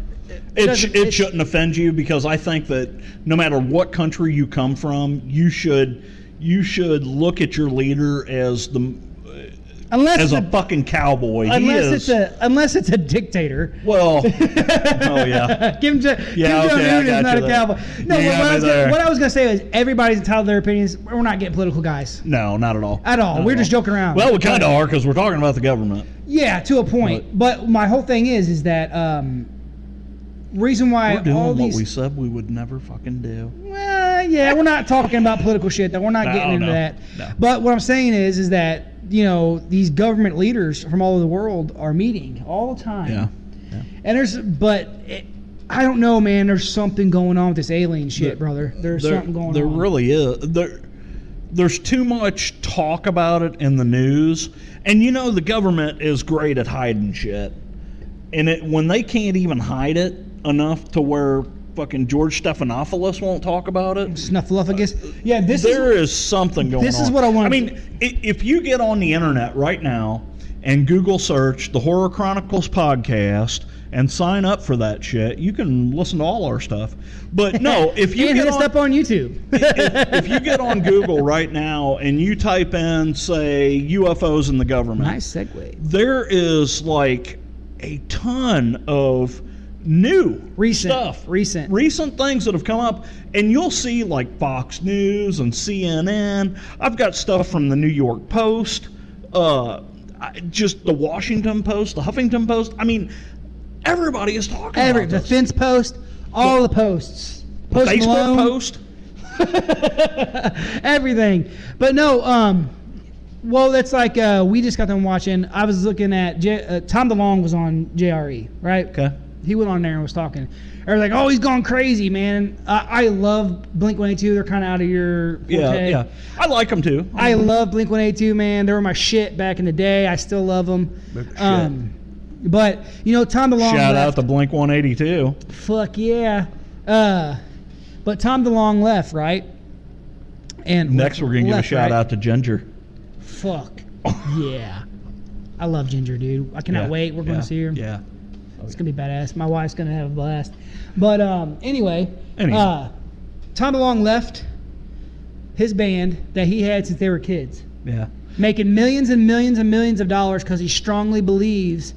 S2: It, sh-
S1: doesn't-
S2: it shouldn't offend you because I think that no matter what country you come from, you should you should look at your leader as the
S1: unless
S2: as
S1: it's
S2: a
S1: a,
S2: fucking cowboy. He
S1: unless it's
S2: is.
S1: a unless it's a dictator. *laughs*
S2: well, oh yeah,
S1: Kim, Jo-
S2: Yeah,
S1: Kim
S2: okay, I
S1: Jong Un
S2: got
S1: is not
S2: you
S1: a
S2: there.
S1: cowboy. No,
S2: You
S1: what,
S2: got
S1: I
S2: me
S1: was
S2: there.
S1: gonna, what I was gonna say is everybody's entitled to their opinions. We're not getting political guys
S2: no, not at all.
S1: at all.
S2: Not
S1: We're just joking around.
S2: Well, we kind of are because we're talking about the government.
S1: yeah, to a point. But my whole thing is, is that um, reason why
S2: We're doing
S1: all
S2: what
S1: these.
S2: we said we would never fucking do.
S1: Well, yeah, we're not talking about political shit. Though we're not
S2: *laughs* No,
S1: getting into
S2: no,
S1: that.
S2: no.
S1: But what I'm saying is, is that you know these government leaders from all over the world are meeting all the time.
S2: Yeah,
S1: And there's, but it, I don't know, man. There's something going on with this alien shit,
S2: There-
S1: brother. There's
S2: there,
S1: something going
S2: there
S1: on.
S2: really is. There, there's too much talk about it in the news, and you know the government is great at hiding shit. And it, when they can't even hide it enough to where fucking George Stephanopoulos won't talk about it,
S1: snuffleupagus. Yeah, this is
S2: there is something going on.
S1: this is what I wanted
S2: I mean, i- if you get on the internet right now and Google search the Horror Chronicles podcast and sign up for that shit, you can listen to all our stuff. But
S1: *laughs*
S2: no, if you
S1: and
S2: get
S1: hit us
S2: on,
S1: up on
S2: *laughs*
S1: YouTube.
S2: if you get on Google right now and you type in, say, UFOs in the government,
S1: nice segue.
S2: there is like a ton of new
S1: Recent
S2: stuff,
S1: recent.
S2: recent things that have come up, and you'll see like Fox News and CNN. I've got stuff from the New York Post, uh, I- just the Washington Post, the Huffington Post. I mean, everybody is talking
S1: Every
S2: about
S1: the
S2: this.
S1: fence post, all the posts. Post
S2: Facebook
S1: Malone,
S2: post.
S1: *laughs* everything. But no, um, well, that's like uh, we just got done watching. I was looking at J- uh, Tom DeLong was on JRE, right?
S2: Okay.
S1: He went on there and was talking. Everyone's like, "Oh, he's gone crazy, man." I, I love Blink One Eight Two. They're kind of out of your forte.
S2: Yeah, yeah. I like them too.
S1: I love Blink 182, man. They were my shit back in the day. I still love them.
S2: They're the
S1: Um, but you know, Tom DeLonge.
S2: Shout out
S1: left.
S2: to Blink 182.
S1: fuck yeah. Uh, but Tom DeLonge left, right? And
S2: Next, we're going to give a
S1: left,
S2: shout
S1: right?
S2: out to Ginger.
S1: Fuck yeah. I love Ginger, dude. I cannot
S2: Yeah,
S1: wait. We're going
S2: yeah,
S1: to see her.
S2: Yeah.
S1: It's gonna be badass. My wife's gonna have a blast. But um, anyway,
S2: Anyhow.
S1: uh, Tom DeLonge left his band that he had since they were kids.
S2: Yeah.
S1: making millions and millions and millions of dollars because he strongly believes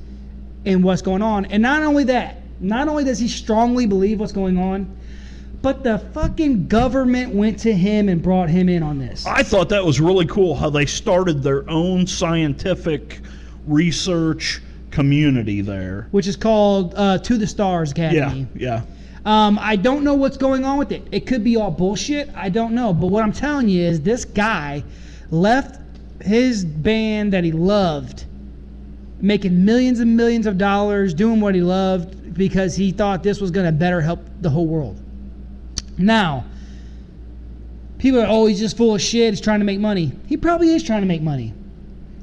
S1: in what's going on. And not only that, not only does he strongly believe what's going on, but the fucking government went to him and brought him in on this.
S2: I thought that was really cool how they started their own scientific research community there.
S1: Which is called uh, To the Stars Academy.
S2: Yeah. Yeah.
S1: Um, I don't know what's going on with it. It could be all bullshit. I don't know. But what I'm telling you is this guy left his band that he loved, making millions and millions of dollars, doing what he loved because he thought this was going to better help the whole world. Now, people are always just full of shit. He's trying to make money. He probably is trying to make money.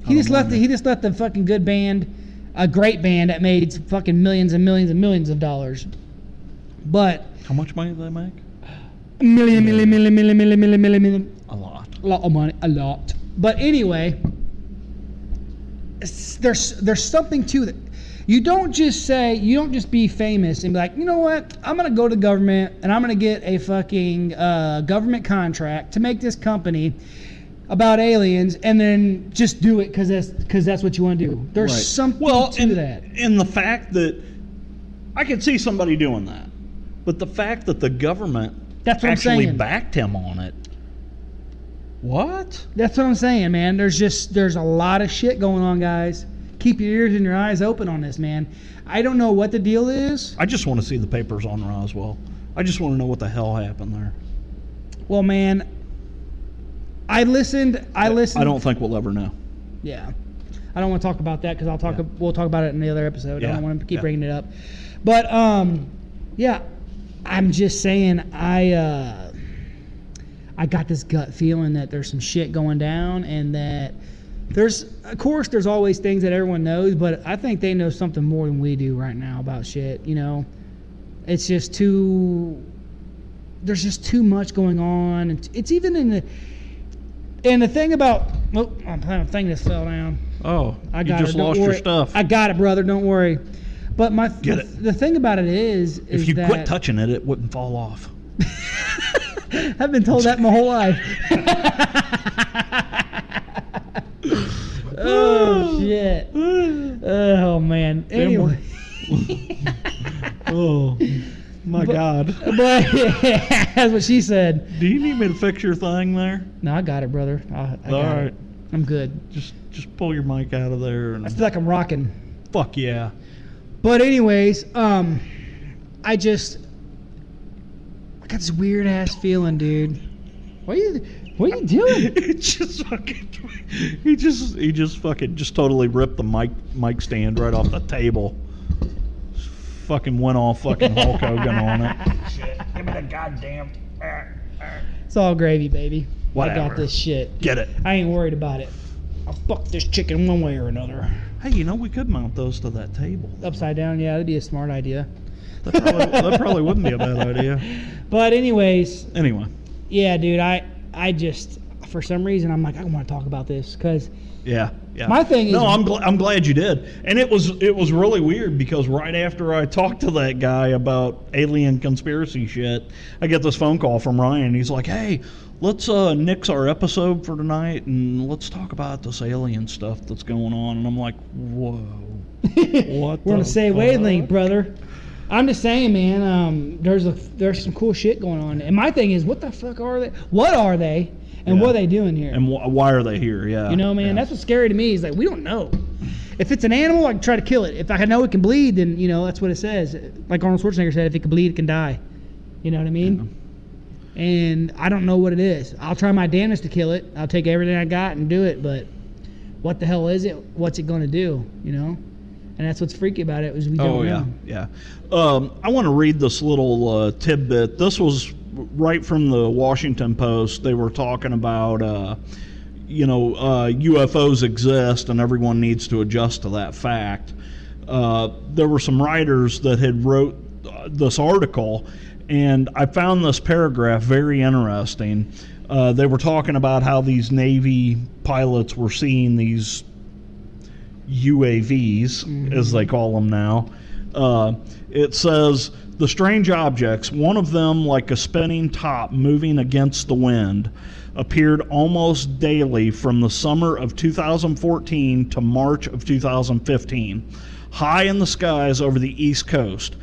S1: He just left. The, he just left the fucking good band, a great band that made fucking millions and millions and millions of dollars. But
S2: How much money did they make?
S1: million, million, million, million, million, million, million, million,
S2: A lot.
S1: a lot of money, a lot. But anyway, s- there's there's something to that. You don't just say you don't just be famous and be like, you know what? I'm gonna go to government and I'm gonna get a fucking uh, government contract to make this company about aliens and then just do it because that's because that's what you want to do. There's
S2: Right.
S1: something
S2: well,
S1: to
S2: and,
S1: that.
S2: And the fact that I could see somebody doing that, but the fact that the government
S1: That's what I'm
S2: actually
S1: saying.
S2: backed him on it. What?
S1: That's what I'm saying, man. There's just there's a lot of shit going on, guys. Keep your ears and your eyes open on this, man. I don't know what the deal is.
S2: I just want to see the papers on Roswell. I just want to know what the hell happened there.
S1: Well, man, I listened. I listened.
S2: I don't think we'll ever know.
S1: Yeah, I don't want to talk about that because I'll talk.
S2: Yeah.
S1: We'll talk about it in the other episode. I
S2: Yeah.
S1: don't want to keep
S2: Yeah.
S1: bringing it up. But um, yeah, I'm just saying. I uh, I got this gut feeling that there's some shit going down, and that there's of course there's always things that everyone knows, but I think they know something more than we do right now about shit. You know, it's just too. There's just too much going on. It's, it's even in the. And the thing about oh, I'm playing a thing that fell down.
S2: Oh,
S1: I
S2: you
S1: got
S2: just
S1: it. Don't
S2: lost your
S1: worry.
S2: stuff.
S1: I got it, brother. Don't worry. But my
S2: Get
S1: the,
S2: it.
S1: the thing about it is,
S2: if
S1: is
S2: you
S1: that
S2: quit touching it, it wouldn't fall off.
S1: I've been told that my whole
S2: *laughs*
S1: life. *sighs* oh shit.
S2: *sighs*
S1: Oh man. Anyway.
S2: *laughs* oh, my God.
S1: *laughs* But *laughs* that's what she said.
S2: Do you need me to fix your thing there?
S1: No, I got it, brother. I, I
S2: All
S1: got
S2: right.
S1: it. I'm good.
S2: Just just pull your mic out of there
S1: I
S2: and
S1: feel like I'm rocking.
S2: fuck yeah.
S1: But anyways, um, I just I got this weird ass feeling, dude. What are you? What are you *laughs* doing?
S2: He just fucking he just he just fucking just totally ripped the mic mic stand right off the table. fucking went all fucking Hulk Hogan on it.
S3: Shit. Give me the goddamn. uh,
S1: It's all gravy, baby. I
S2: Whatever.
S1: got this shit.
S2: Get it?
S1: I ain't worried about it. I'll fuck this chicken one way or another.
S2: Hey, you know we could mount those to that table.
S1: Upside down, yeah, that'd be a smart idea.
S2: That probably, that probably wouldn't be a bad idea.
S1: But anyways,
S2: Anyway,
S1: yeah, dude, I I just for some reason I'm like I want to talk about this *laughs* because
S2: yeah, yeah.
S1: My thing
S2: no,
S1: is-
S2: I'm gl- I'm glad you did, and it was it was really weird because right after I talked to that guy about alien conspiracy shit, I get this phone call from Ryan. He's like, "Hey, let's uh, nix our episode for tonight and let's talk about this alien stuff that's going on." And I'm like, "Whoa, what?
S1: we're on the
S2: the
S1: same
S2: fuck?"
S1: wavelength, brother. I'm just saying, man. Um, there's a there's some cool shit going on, and my thing is, what the fuck are they? What are they? And
S2: Yeah.
S1: what are they doing here?
S2: And wh- why are they here? Yeah,
S1: You know, man,
S2: yeah.
S1: that's what's scary to me is like we don't know. If it's an animal, I can try to kill it. If I know it can bleed, then you know that's what it says. Like Arnold Schwarzenegger said, if it can bleed, it can die. You know what I mean? And I don't know what it is. I'll try my damnedest to kill it. I'll take everything I got and do it. But what the hell is it? What's it gonna do? You know? And that's what's freaky about it is we don't
S2: Oh yeah,
S1: know.
S2: yeah. Um, I want to read this little uh, tidbit. This was right from the Washington Post. They were talking about, uh, you know, uh, UFOs exist, and everyone needs to adjust to that fact. Uh, there were some writers that had wrote uh, this article, and I found this paragraph very interesting. Uh, they were talking about how these Navy pilots were seeing these UAVs, as they call them now. Uh, it says the strange objects, one of them like a spinning top moving against the wind, appeared almost daily from the summer of 2014 to March of 2015, high in the skies over the East Coast.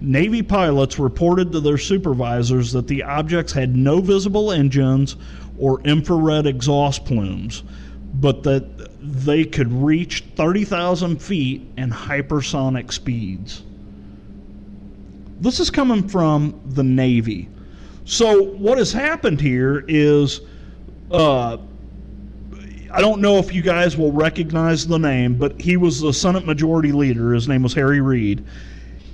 S2: Navy pilots reported to their supervisors that the objects had no visible engines or infrared exhaust plumes but that they could reach 30,000 feet and hypersonic speeds. This is coming from the Navy. So, what has happened here is uh, I don't know if you guys will recognize the name, but he was the Senate Majority Leader. His name was Harry Reid.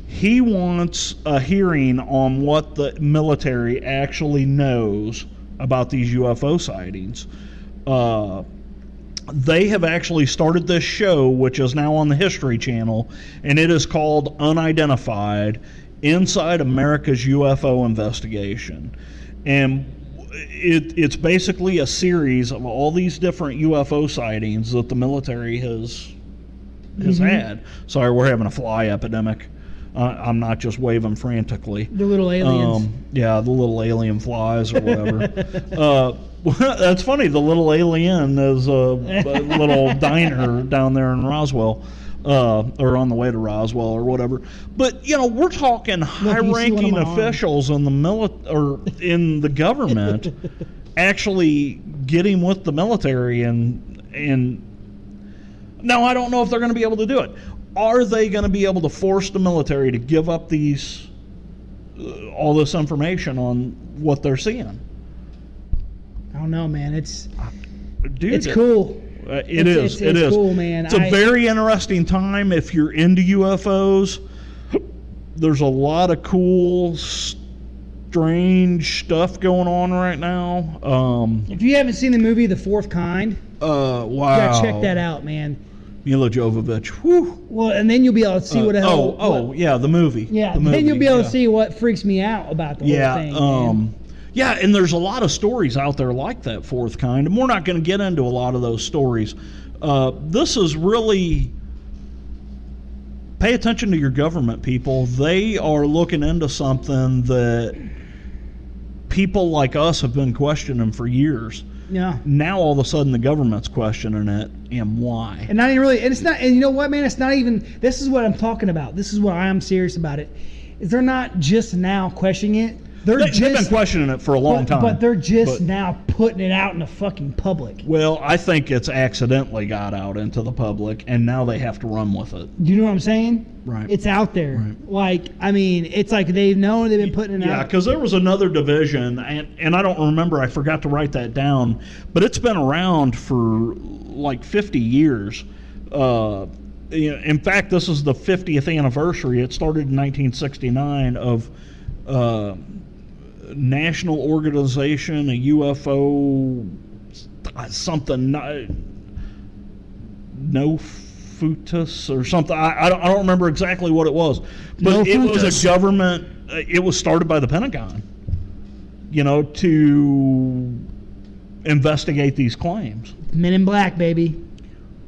S2: He wants a hearing on what the military actually knows about these UFO sightings. Uh, they have actually started this show, which is now on the History Channel, and it is called Unidentified Inside America's UFO Investigation. And it, it's basically a series of all these different UFO sightings that the military has has had. Sorry, we're having a fly epidemic. Uh, I'm not just waving frantically.
S1: The little aliens.
S2: Um, yeah, the little alien flies or whatever. uh, *laughs* that's funny. The little alien is a, a little diner down there in Roswell, uh, or on the way to Roswell or whatever. But you know, we're talking
S1: one of
S2: high-ranking
S1: my arms.
S2: officials in the mili- or in the government actually getting with the military and and now I don't know if they're going to be able to do it. Are they going to be able to force the military to give up these uh, all this information on what they're seeing?
S1: I don't know, man. It's
S2: Dude,
S1: it's cool.
S2: Uh,
S1: It's-
S2: it
S1: it's-
S2: is. It
S1: it's
S2: is.
S1: cool, man.
S2: It's a
S1: I-
S2: very interesting time if you're into UFOs. There's a lot of cool, strange stuff going on right now. Um,
S1: If you haven't seen the movie The Fourth Kind, you
S2: uh, wow.
S1: gotta check that out, man.
S2: Mila Jovovich. Whew.
S1: Well, and then you'll be able to see what the hell.
S2: oh, oh,
S1: what-
S2: yeah, the movie.
S1: Yeah,
S2: the
S1: then you'll
S2: movie,
S1: be able
S2: yeah.
S1: to see what freaks me out about the
S2: yeah,
S1: whole thing. man.
S2: um, yeah, and there's a lot of stories out there like that fourth kind, and we're not going to get into a lot of those stories. Uh, this is really pay attention to your government people. They are looking into something that people like us have been questioning for years.
S1: yeah.
S2: Now all of a sudden the government's questioning it, and why?
S1: And not even really, and it's not, and you know what, man? It's not even, this is what I'm talking about. This is what I am serious about it. Is they're not just now questioning it. They're
S2: They,
S1: just,
S2: have been questioning it for a long
S1: but,
S2: time.
S1: but they're just
S2: but-
S1: now putting it out in the fucking public.
S2: Well, I think it's accidentally got out into the public, and now they have to run with it.
S1: Do you know what I'm saying?
S2: Right.
S1: It's out there.
S2: Right.
S1: Like, I mean, it's like they've known they've been putting it
S2: Yeah,
S1: out.
S2: because there was another division, and, and I don't remember. I forgot to write that down, but it's been around for like 50 years. Uh, you know, in fact, this is the 50th anniversary. It started in 1969 of uh, National Organization, a UFO, uh, something, no, no futus or something. I, I, don't, I don't remember exactly what it was, but it was
S1: Nofutus.
S2: a government. uh, It was started by the Pentagon, you know, to investigate these claims.
S1: Men in Black, baby.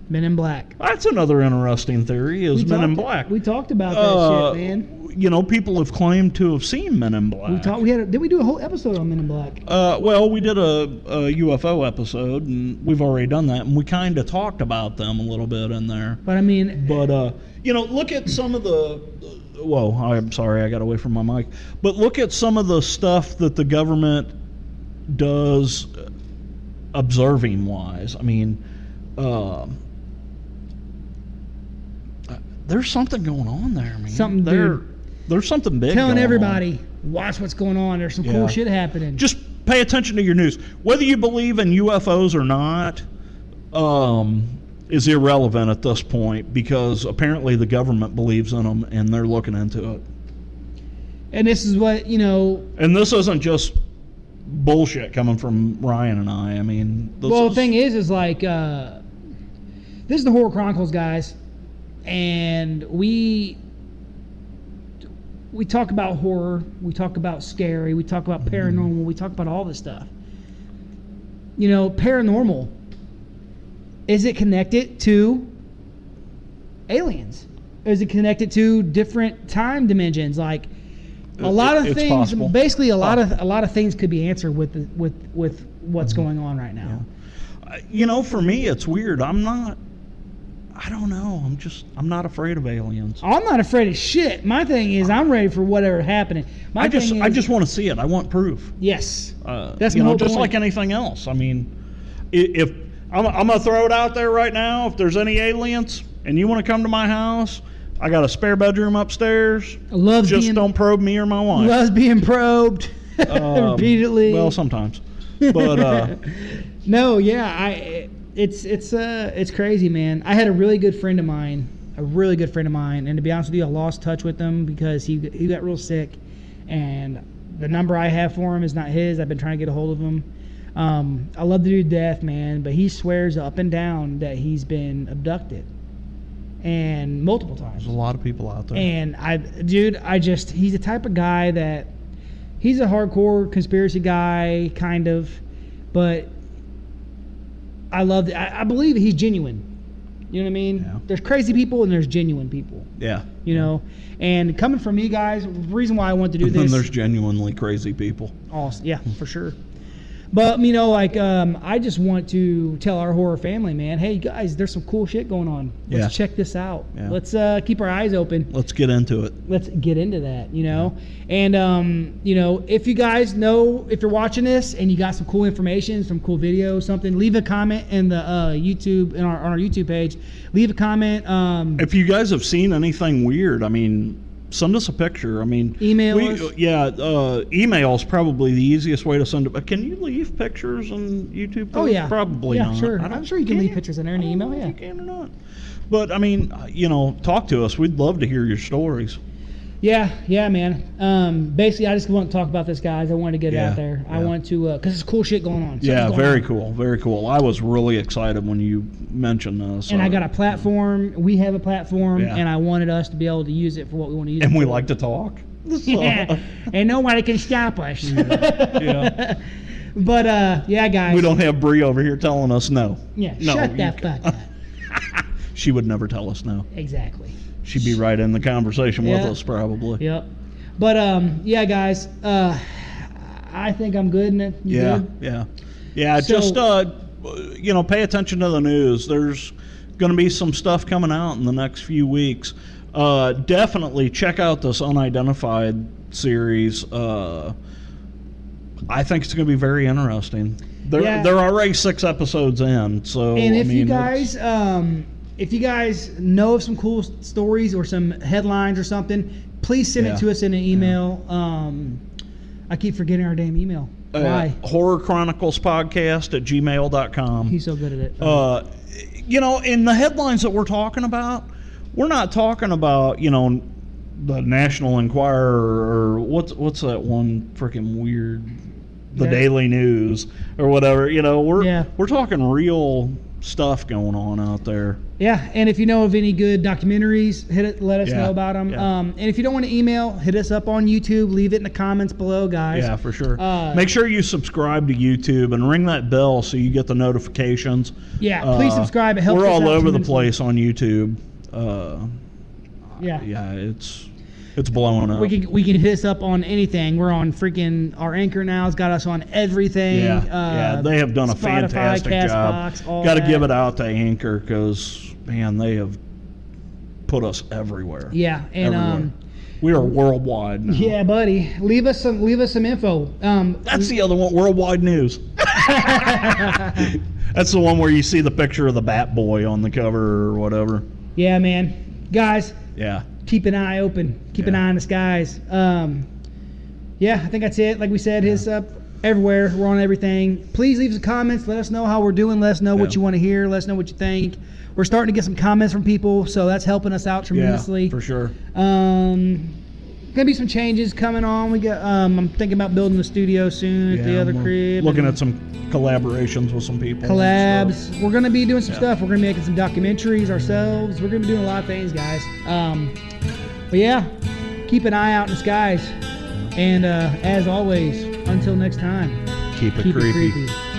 S1: Men in Black.
S2: That's another interesting theory: is Men in
S1: talked-
S2: Black.
S1: We talked about that
S2: Uh,
S1: shit, man.
S2: You know, people have claimed to have seen Men in Black.
S1: We talked. We had. A, did we do a whole episode on Men in Black?
S2: uh, well, we did a, a UFO episode, and we've already done that, and we kind of talked about them a little bit in there.
S1: But I mean,
S2: But uh, you know, look at some of the. Whoa, I'm sorry, I got away from my mic. But look at some of the stuff that the government does, uh, observing wise. I mean, um, uh, there's something going on there. Man.
S1: Something,
S2: there.
S1: dude.
S2: There's something big.
S1: telling
S2: going on.
S1: everybody, watch what's going on. There's some
S2: Yeah.
S1: cool shit happening.
S2: Just pay attention to your news, whether you believe in UFOs or not. Um, is irrelevant at this point because apparently the government believes in them and they're looking into it.
S1: and this is what you know.
S2: And this isn't just bullshit coming from Ryan and I. I mean, this
S1: well,
S2: is-
S1: the thing is, is like uh, this is the Horror Chronicles, guys, and we we talk about horror, we talk about scary, we talk
S2: Mm-hmm.
S1: about paranormal, we talk about all this stuff. You know, paranormal is it connected to aliens? Is it connected to different time dimensions? Like a
S2: It-
S1: lot of
S2: it's
S1: things,
S2: possible. Oh.
S1: basically, a lot of a lot of things could be answered with the, with with what's
S2: Mm-hmm.
S1: going on right now.
S2: uh, you know, for me, it's weird. I'm not. I don't know. I'm just. I'm not afraid of aliens.
S1: I'm not afraid of shit. My thing is, I'm ready for whatever happening. My
S2: I just.
S1: thing is,
S2: I just want to see it. I want proof.
S1: yes.
S2: Uh,
S1: That's
S2: you
S1: my
S2: know,
S1: whole
S2: just
S1: point.
S2: like anything else. I mean, i- if I'm, I'm gonna throw it out there right now, if there's any aliens and you want to come to my house, I got a spare bedroom upstairs.
S1: Loves
S2: Just
S1: being
S2: don't probe me or my wife.
S1: loves being probed *laughs*
S2: *laughs* Um,
S1: repeatedly. *laughs*
S2: Well, sometimes, *laughs* but uh,
S1: no, yeah, I it's it's uh it's crazy, man. I had a really good friend of mine, a really good friend of mine, and to be honest with you, I lost touch with him because he he got real sick, and the number I have for him is not his. I've been trying to get a hold of him. Um, I love the dude to death, man, but he swears up and down that he's been abducted, and multiple times.
S2: there's a lot of people out there.
S1: And I, dude, I just, he's the type of guy that he's a hardcore conspiracy guy, kind of, but I love that. I, I believe he's genuine. You know what I mean?
S2: Yeah.
S1: There's crazy people and there's genuine people,
S2: yeah.
S1: you know? And coming from me guys, the reason why I want to do
S2: *laughs* And then
S1: this.
S2: there's genuinely crazy people.
S1: Awesome.
S2: *laughs*
S1: Yeah, for sure. But you know, like um, I just want to tell our horror family, man, hey guys, there's some cool shit going on. Let's
S2: Yeah.
S1: check this out.
S2: Yeah.
S1: Let's uh, keep our eyes open
S2: Let's get into it.
S1: let's get into that you know and um, you know if you guys know if you're watching this and you got some cool information some cool video something leave a comment in the uh, youtube in our, on our youtube page leave a comment um,
S2: If you guys have seen anything weird, I mean, send us a picture. I mean,
S1: Email us.
S2: Yeah, uh, email is probably the easiest way to send it. But can you leave pictures on YouTube?
S1: oh
S2: things?
S1: yeah
S2: probably.
S1: yeah
S2: not.
S1: sure
S2: I
S1: i'm
S2: don't-
S1: sure you can leave
S2: you?
S1: pictures in there
S2: I
S1: in the
S2: don't
S1: email
S2: know if
S1: yeah
S2: you can or not. But I mean, uh, you know, talk to us. We'd love to hear your stories.
S1: Yeah, yeah, man. Um, basically, I just want to talk about this, guys. I wanted to get it
S2: Yeah,
S1: out there. I
S2: yeah.
S1: want to, because there's cool shit going on. Something's
S2: yeah,
S1: going
S2: very
S1: on.
S2: cool, very cool. I was really excited when you mentioned this.
S1: And I
S2: uh,
S1: got a platform. We have a platform,
S2: Yeah.
S1: and I wanted us to be able to use it for what we want to use.
S2: and
S1: it
S2: we
S1: for.
S2: like
S1: *laughs*
S2: to talk. So-
S1: Yeah, and nobody can stop
S2: *laughs*
S1: us. *laughs*
S2: yeah.
S1: But uh, yeah, guys.
S2: We don't have Bree over here telling us no.
S1: Yeah,
S2: No,
S1: shut
S2: you
S1: that
S2: ca- *laughs*
S1: fuck up.
S2: She would never tell us no.
S1: exactly.
S2: She'd be right in the conversation
S1: Yeah.
S2: with us, probably.
S1: Yep. But um, yeah, guys. Uh, I think I'm good. Nick. You
S2: yeah,
S1: good?
S2: yeah. Yeah,
S1: So-
S2: just, uh, you know, pay attention to the news. There's going to be some stuff coming out in the next few weeks. Uh, definitely check out this unidentified series. Uh, I think it's going to be very interesting. They're,
S1: Yeah.
S2: they're already six episodes in, so.
S1: And
S2: I
S1: if you
S2: mean, it's-
S1: guys, um, if you guys know of some cool s- stories or some headlines or something, please send
S2: Yeah.
S1: it to us in an email. Um, I keep forgetting our damn email.
S2: uh,
S1: Why?
S2: horror chronicles podcast at gmail.com
S1: He's so good at it.
S2: uh, you know in the headlines that we're talking about we're not talking about you know the National Enquirer or what's what's that one freaking weird the
S1: Yeah.
S2: Daily News or whatever. You know, we're
S1: Yeah.
S2: we're talking real stuff going on out there.
S1: Yeah, and if you know of any good documentaries, hit it. Let us
S2: Yeah,
S1: know about them.
S2: yeah.
S1: Um, and if you don't want to email, hit us up on YouTube. Leave it in the comments below, guys.
S2: Yeah, for sure.
S1: Uh,
S2: Make sure you subscribe to YouTube and ring that bell so you get the notifications.
S1: Yeah, please
S2: Uh,
S1: subscribe. It helps.
S2: We're
S1: us
S2: all
S1: out
S2: over the
S1: tremendously.
S2: place on YouTube. Uh,
S1: Yeah.
S2: yeah, it's it's blowing up.
S1: We can we can hit us up on anything. We're on freaking our anchor now. has got us on everything.
S2: yeah,
S1: uh,
S2: yeah, they have done a
S1: Spotify,
S2: fantastic
S1: Castbox, all
S2: job. Got to
S1: that.
S2: give it out to Anchor because man, they have put us everywhere.
S1: Yeah, and
S2: everywhere.
S1: um,
S2: we are worldwide. Now.
S1: yeah, buddy, leave us some leave us some info. Um,
S2: that's the other one. Worldwide news. *laughs* that's the one where you see the picture of the Bat Boy on the cover or whatever.
S1: yeah, man, guys,
S2: Yeah.
S1: keep an eye open. Keep an
S2: Yeah.
S1: eye on the skies. Um, yeah, I think that's it. Like we said, his up everywhere. We're on everything. Please leave us comments. Let us know how we're doing. Let us know
S2: Yeah.
S1: what you want to hear. Let us know what you think. We're starting to get some comments from people, so that's helping us out tremendously.
S2: Yeah, for sure.
S1: Um, gonna be some changes coming on. We got. Um, I'm thinking about building the studio soon at the
S2: Yeah,
S1: other
S2: we're
S1: crib.
S2: Looking
S1: and
S2: at some collaborations with some people. and
S1: collabs.
S2: stuff.
S1: We're gonna be doing some
S2: Yeah.
S1: stuff. We're gonna be making some documentaries ourselves. We're gonna be doing a lot of things, guys. Um, but yeah, keep an eye out in the skies. And uh, as always, until next time,
S2: Keep it
S1: keep
S2: creepy.
S1: It creepy.